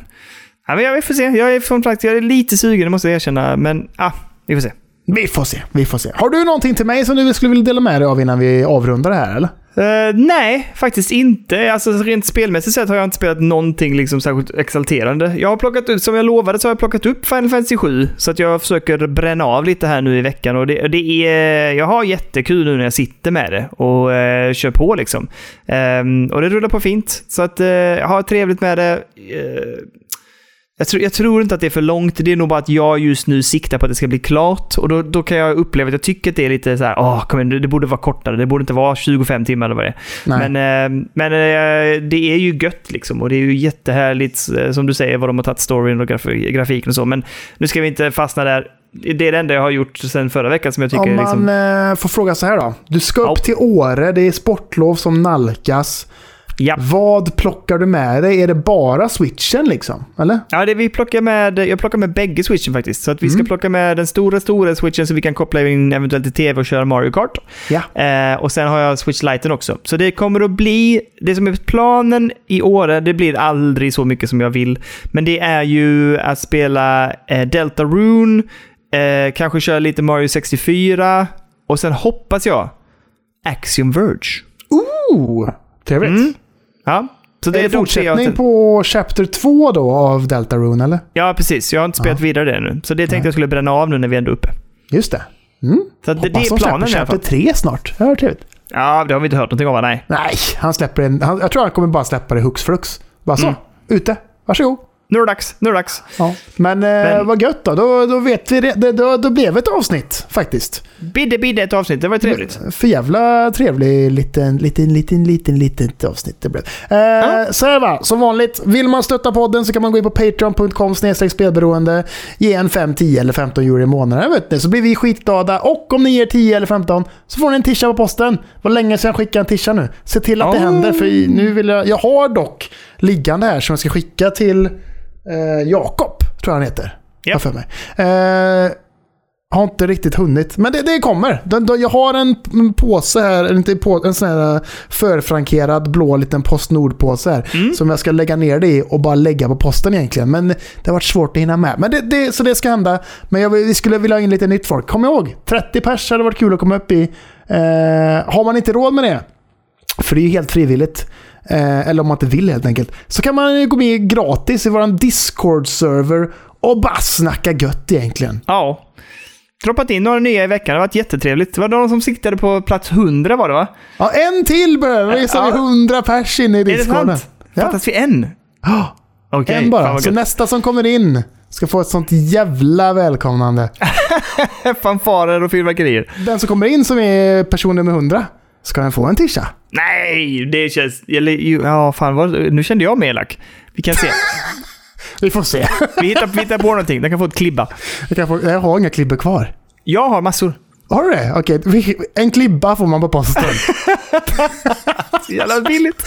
Speaker 2: ja men jag vi får se. Jag är som sagt jag är lite sugen, det måste jag erkänna. Men ja, vi får se.
Speaker 1: Vi får se, vi får se. Har du någonting till mig som du skulle vilja dela med dig av innan vi avrundar det här eller?
Speaker 2: Eh, nej, faktiskt inte. Alltså, rent spelmässigt sett har jag inte spelat någonting liksom särskilt exalterande. Jag har plockat upp, som jag lovade, så har jag plockat upp Final Fantasy 7. Så att jag försöker bränna av lite här nu i veckan. Och det, det är, jag har jättekul nu när jag sitter med det och eh, kör på liksom. Ehm, och det rullar på fint. Så att eh, jag har trevligt med det. Eh, jag tror, jag tror inte att det är för långt. Det är nog bara att jag just nu siktar på att det ska bli klart. Och då, då kan jag uppleva att jag tycker att det är lite så här, åh, kom igen, det det borde vara kortare. Det borde inte vara 25 timmar eller vad det är.
Speaker 1: Nej.
Speaker 2: Men, eh, men eh, det är ju gött liksom. Och det är ju jättehärligt, eh, som du säger, vad de har tagit storyn och graf- grafiken och så. Men nu ska vi inte fastna där. Det är det enda jag har gjort sedan förra veckan som jag tycker
Speaker 1: Om
Speaker 2: är
Speaker 1: man
Speaker 2: liksom...
Speaker 1: eh, får fråga så här då. Du ska upp
Speaker 2: Ja.
Speaker 1: till Åre, det är sportlov som nalkas.
Speaker 2: Ja.
Speaker 1: Vad plockar du med dig? Är det bara switchen liksom? Eller?
Speaker 2: Ja, det vi plockar med, jag plockar med bägge switchen faktiskt. Så att vi ska
Speaker 1: Mm.
Speaker 2: plocka med den stora, stora switchen så vi kan koppla in eventuellt till tv och köra Mario Kart.
Speaker 1: Ja.
Speaker 2: Eh, och sen har jag Switch Lite också. Så det kommer att bli, det som är planen i år, det blir aldrig så mycket som jag vill. Men det är ju att spela eh, Delta Rune, eh, kanske köra lite Mario 64 och sen hoppas jag Axiom Verge.
Speaker 1: Ooh, trevligt.
Speaker 2: Mm. Ja, så det är,
Speaker 1: är det
Speaker 2: de tre jag-
Speaker 1: fortsättning på Chapter 2 då av Delta Rune eller?
Speaker 2: Ja, precis. Jag har inte spelat vidare det ännu. Så det tänkte
Speaker 1: Nej.
Speaker 2: jag skulle bränna av nu när vi ändå är uppe.
Speaker 1: Just det. Mm.
Speaker 2: Så att det, det
Speaker 1: Hoppas
Speaker 2: är
Speaker 1: de släpper
Speaker 2: planen i alla
Speaker 1: Chapter
Speaker 2: fall.
Speaker 1: 3 snart. Ja, vad trevligt.
Speaker 2: Ja, det har vi inte hört någonting om, va? nej.
Speaker 1: Nej, han släpper en, han, jag tror han kommer bara släppa det hux flux. Bara så.
Speaker 2: Mm.
Speaker 1: Ute. Varsågod.
Speaker 2: Nu är det dags, nu är det dags.
Speaker 1: Ja. Men, eh,
Speaker 2: Men-
Speaker 1: vad gött då. Då, då vet vi det. det. Då, då blev ett avsnitt faktiskt.
Speaker 2: Bidde, bidde ett avsnitt, det var ju trevligt.
Speaker 1: För jävla trevlig liten, liten, liten, liten, litet avsnitt det blev. Eh, Så här va, som vanligt. Vill man stötta podden så kan man gå in på patreon.com snedstreck spelberoende. Ge en 5, 10 eller 15 euro i månaden vet ni, så blir vi skitglada. Och om ni ger 10 eller 15 så får ni en tisha på posten. Vad länge sedan jag skickade en tisha nu. Se till att det
Speaker 2: Oh.
Speaker 1: händer för i- nu vill jag... Jag har dock liggande här som jag ska skicka till eh, Jakob, tror jag han heter.
Speaker 2: Ja.
Speaker 1: Har för mig. Eh, har inte riktigt hunnit, men det, det kommer. Den, den, jag har en, en påse här, eller inte en på, en sån här eh, förfrankerad blå liten Postnord-påse här. Som jag ska lägga ner det i och bara lägga på posten egentligen. Men det har varit svårt att hinna med. Men det, det, så det ska hända. Men jag, vill- vi skulle vilja ha in lite nytt folk. Kom ihåg, 30 pers hade varit kul att komma upp i. Eh, har man inte råd med det, för det är ju helt frivilligt. Eh, eller om man inte vill helt enkelt. Så kan man ju gå med gratis i vår Discord-server och bara snacka gött egentligen.
Speaker 2: Ja. Droppat in några nya i veckan, det har varit jättetrevligt. Det var någon som siktade på plats 100 var det va?
Speaker 1: Ja, en till behöver vi så vi är
Speaker 2: Ja.
Speaker 1: 100 pers inne i
Speaker 2: Är det
Speaker 1: Discorden.
Speaker 2: sant? Fattas vi en?
Speaker 1: Ja,
Speaker 2: Okej,
Speaker 1: en
Speaker 2: fan
Speaker 1: bara.
Speaker 2: vad
Speaker 1: Så
Speaker 2: gött.
Speaker 1: nästa som kommer in ska få ett sånt jävla välkomnande.
Speaker 2: Fanfarer och fyrverkerier.
Speaker 1: Den som kommer in som är person nummer 100 ska den få en tisha.
Speaker 2: Nej, det känns... Eller, ju- ja, fan vad, nu kände jag mig elak. Vi kan se.
Speaker 1: Vi får se.
Speaker 2: Vi hittar, vi hittar på någonting. Den kan få ett klibba.
Speaker 1: Jag, kan få, jag har inga klibbor kvar.
Speaker 2: Jag har massor.
Speaker 1: Har du det? Okej, vi- en klibba får man på posten.
Speaker 2: Så jävla billigt.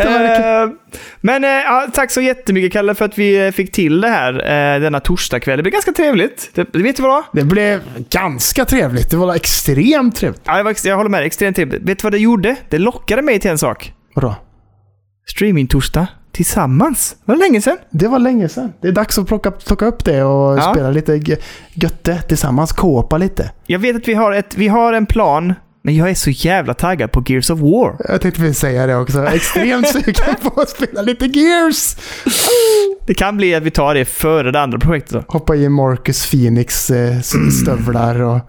Speaker 2: Eh, men eh, ja, tack så jättemycket Kalle för att vi eh, fick till det här eh, denna torsdagkväll. Det blev ganska trevligt. Det, vet du vad det var?
Speaker 1: Det blev ganska trevligt. Det var extremt trevligt.
Speaker 2: Ja, det var ex- jag håller med, dig. extremt trevligt. Vet du vad det gjorde? Det lockade mig till en sak.
Speaker 1: Vadå?
Speaker 2: Streaming-torsdag tillsammans. Var det länge sedan?
Speaker 1: Det var länge sedan. Det är dags att plocka, plocka upp det och
Speaker 2: Ja.
Speaker 1: spela lite gö- götte tillsammans. Kåpa lite.
Speaker 2: Jag vet att vi har, ett, vi har en plan, men jag är så jävla taggad på Gears of War.
Speaker 1: Jag tänkte precis säga det också. Jag är Extremt sugen på att spela lite Gears.
Speaker 2: Det kan bli att vi tar det före det andra projektet då.
Speaker 1: Hoppa i Marcus Phoenix eh,
Speaker 2: Mm.
Speaker 1: s- stövlar och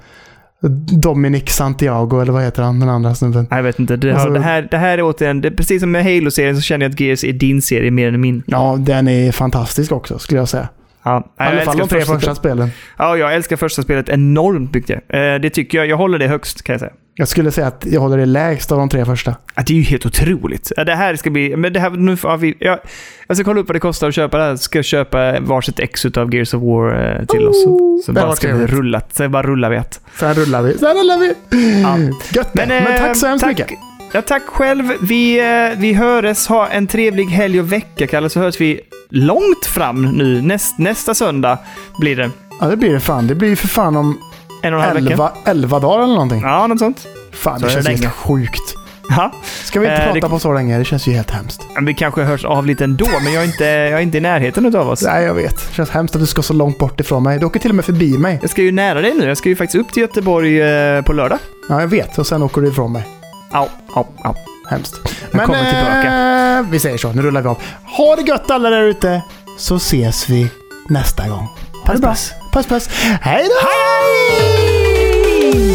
Speaker 1: Dominic Santiago, eller vad heter han, den andra snubben.
Speaker 2: Nej, jag vet inte. Det, har,
Speaker 1: Alltså-
Speaker 2: det, här, det här är återigen, det, är precis som med Halo-serien så känner jag att Gears är din serie mer än min.
Speaker 1: Ja, den är fantastisk också skulle jag säga.
Speaker 2: Ja,
Speaker 1: I
Speaker 2: jag
Speaker 1: alla fall
Speaker 2: älskar
Speaker 1: de tre
Speaker 2: första
Speaker 1: första
Speaker 2: spelet.
Speaker 1: spelen.
Speaker 2: Ja, jag älskar första spelet enormt mycket. Eh, Det tycker jag. Jag håller det högst kan jag säga.
Speaker 1: Jag skulle säga att jag håller det lägst av de tre första.
Speaker 2: Ja, det är ju helt otroligt. Ja, Det här ska bli... Men det här, nu får vi, jag, jag ska kolla upp vad det kostar att köpa det här. Ska köpa varsitt ex av Gears of War eh, till oss. Så, så
Speaker 1: Oh, det
Speaker 2: bara
Speaker 1: var
Speaker 2: ska vi
Speaker 1: trevligt.
Speaker 2: rulla. Så bara rullar vi ett.
Speaker 1: Sen rullar vi. Sen rullar vi!
Speaker 2: Ja.
Speaker 1: Gött det. Men,
Speaker 2: eh,
Speaker 1: tack så hemskt mycket.
Speaker 2: Ja, tack själv. Vi, eh, vi hörs. Ha en trevlig helg och vecka, Kalle, så hörs vi långt fram nu. Näst, nästa söndag blir det.
Speaker 1: Ja, det blir det fan. Det blir för fan om
Speaker 2: En och en halv vecka.
Speaker 1: 11, 11 dagar eller någonting.
Speaker 2: Ja, något sånt.
Speaker 1: Fan,
Speaker 2: Så
Speaker 1: det
Speaker 2: är
Speaker 1: känns
Speaker 2: det
Speaker 1: helt
Speaker 2: länge.
Speaker 1: sjukt.
Speaker 2: Ja.
Speaker 1: Ska vi inte
Speaker 2: Eh, det-
Speaker 1: prata på så länge? Det känns ju helt hemskt.
Speaker 2: Men Vi kanske hörs av lite ändå, men jag är inte, jag är inte i närheten av oss.
Speaker 1: Nej, jag vet. Det känns hemskt att du ska så långt bort ifrån mig. Du åker till och med förbi mig.
Speaker 2: Jag ska ju nära dig nu. Jag ska ju faktiskt upp till Göteborg eh, på lördag.
Speaker 1: Ja, jag vet. Och sen åker du ifrån mig.
Speaker 2: Au, au, au.
Speaker 1: Hemskt.
Speaker 2: kommer tillbaka.
Speaker 1: eh, vi säger så. Nu rullar vi av. Ha det gött alla där ute, så ses vi nästa gång. Ha det
Speaker 2: Puss,
Speaker 1: bra.
Speaker 2: puss.
Speaker 1: Puss puss. Hej då! Hej!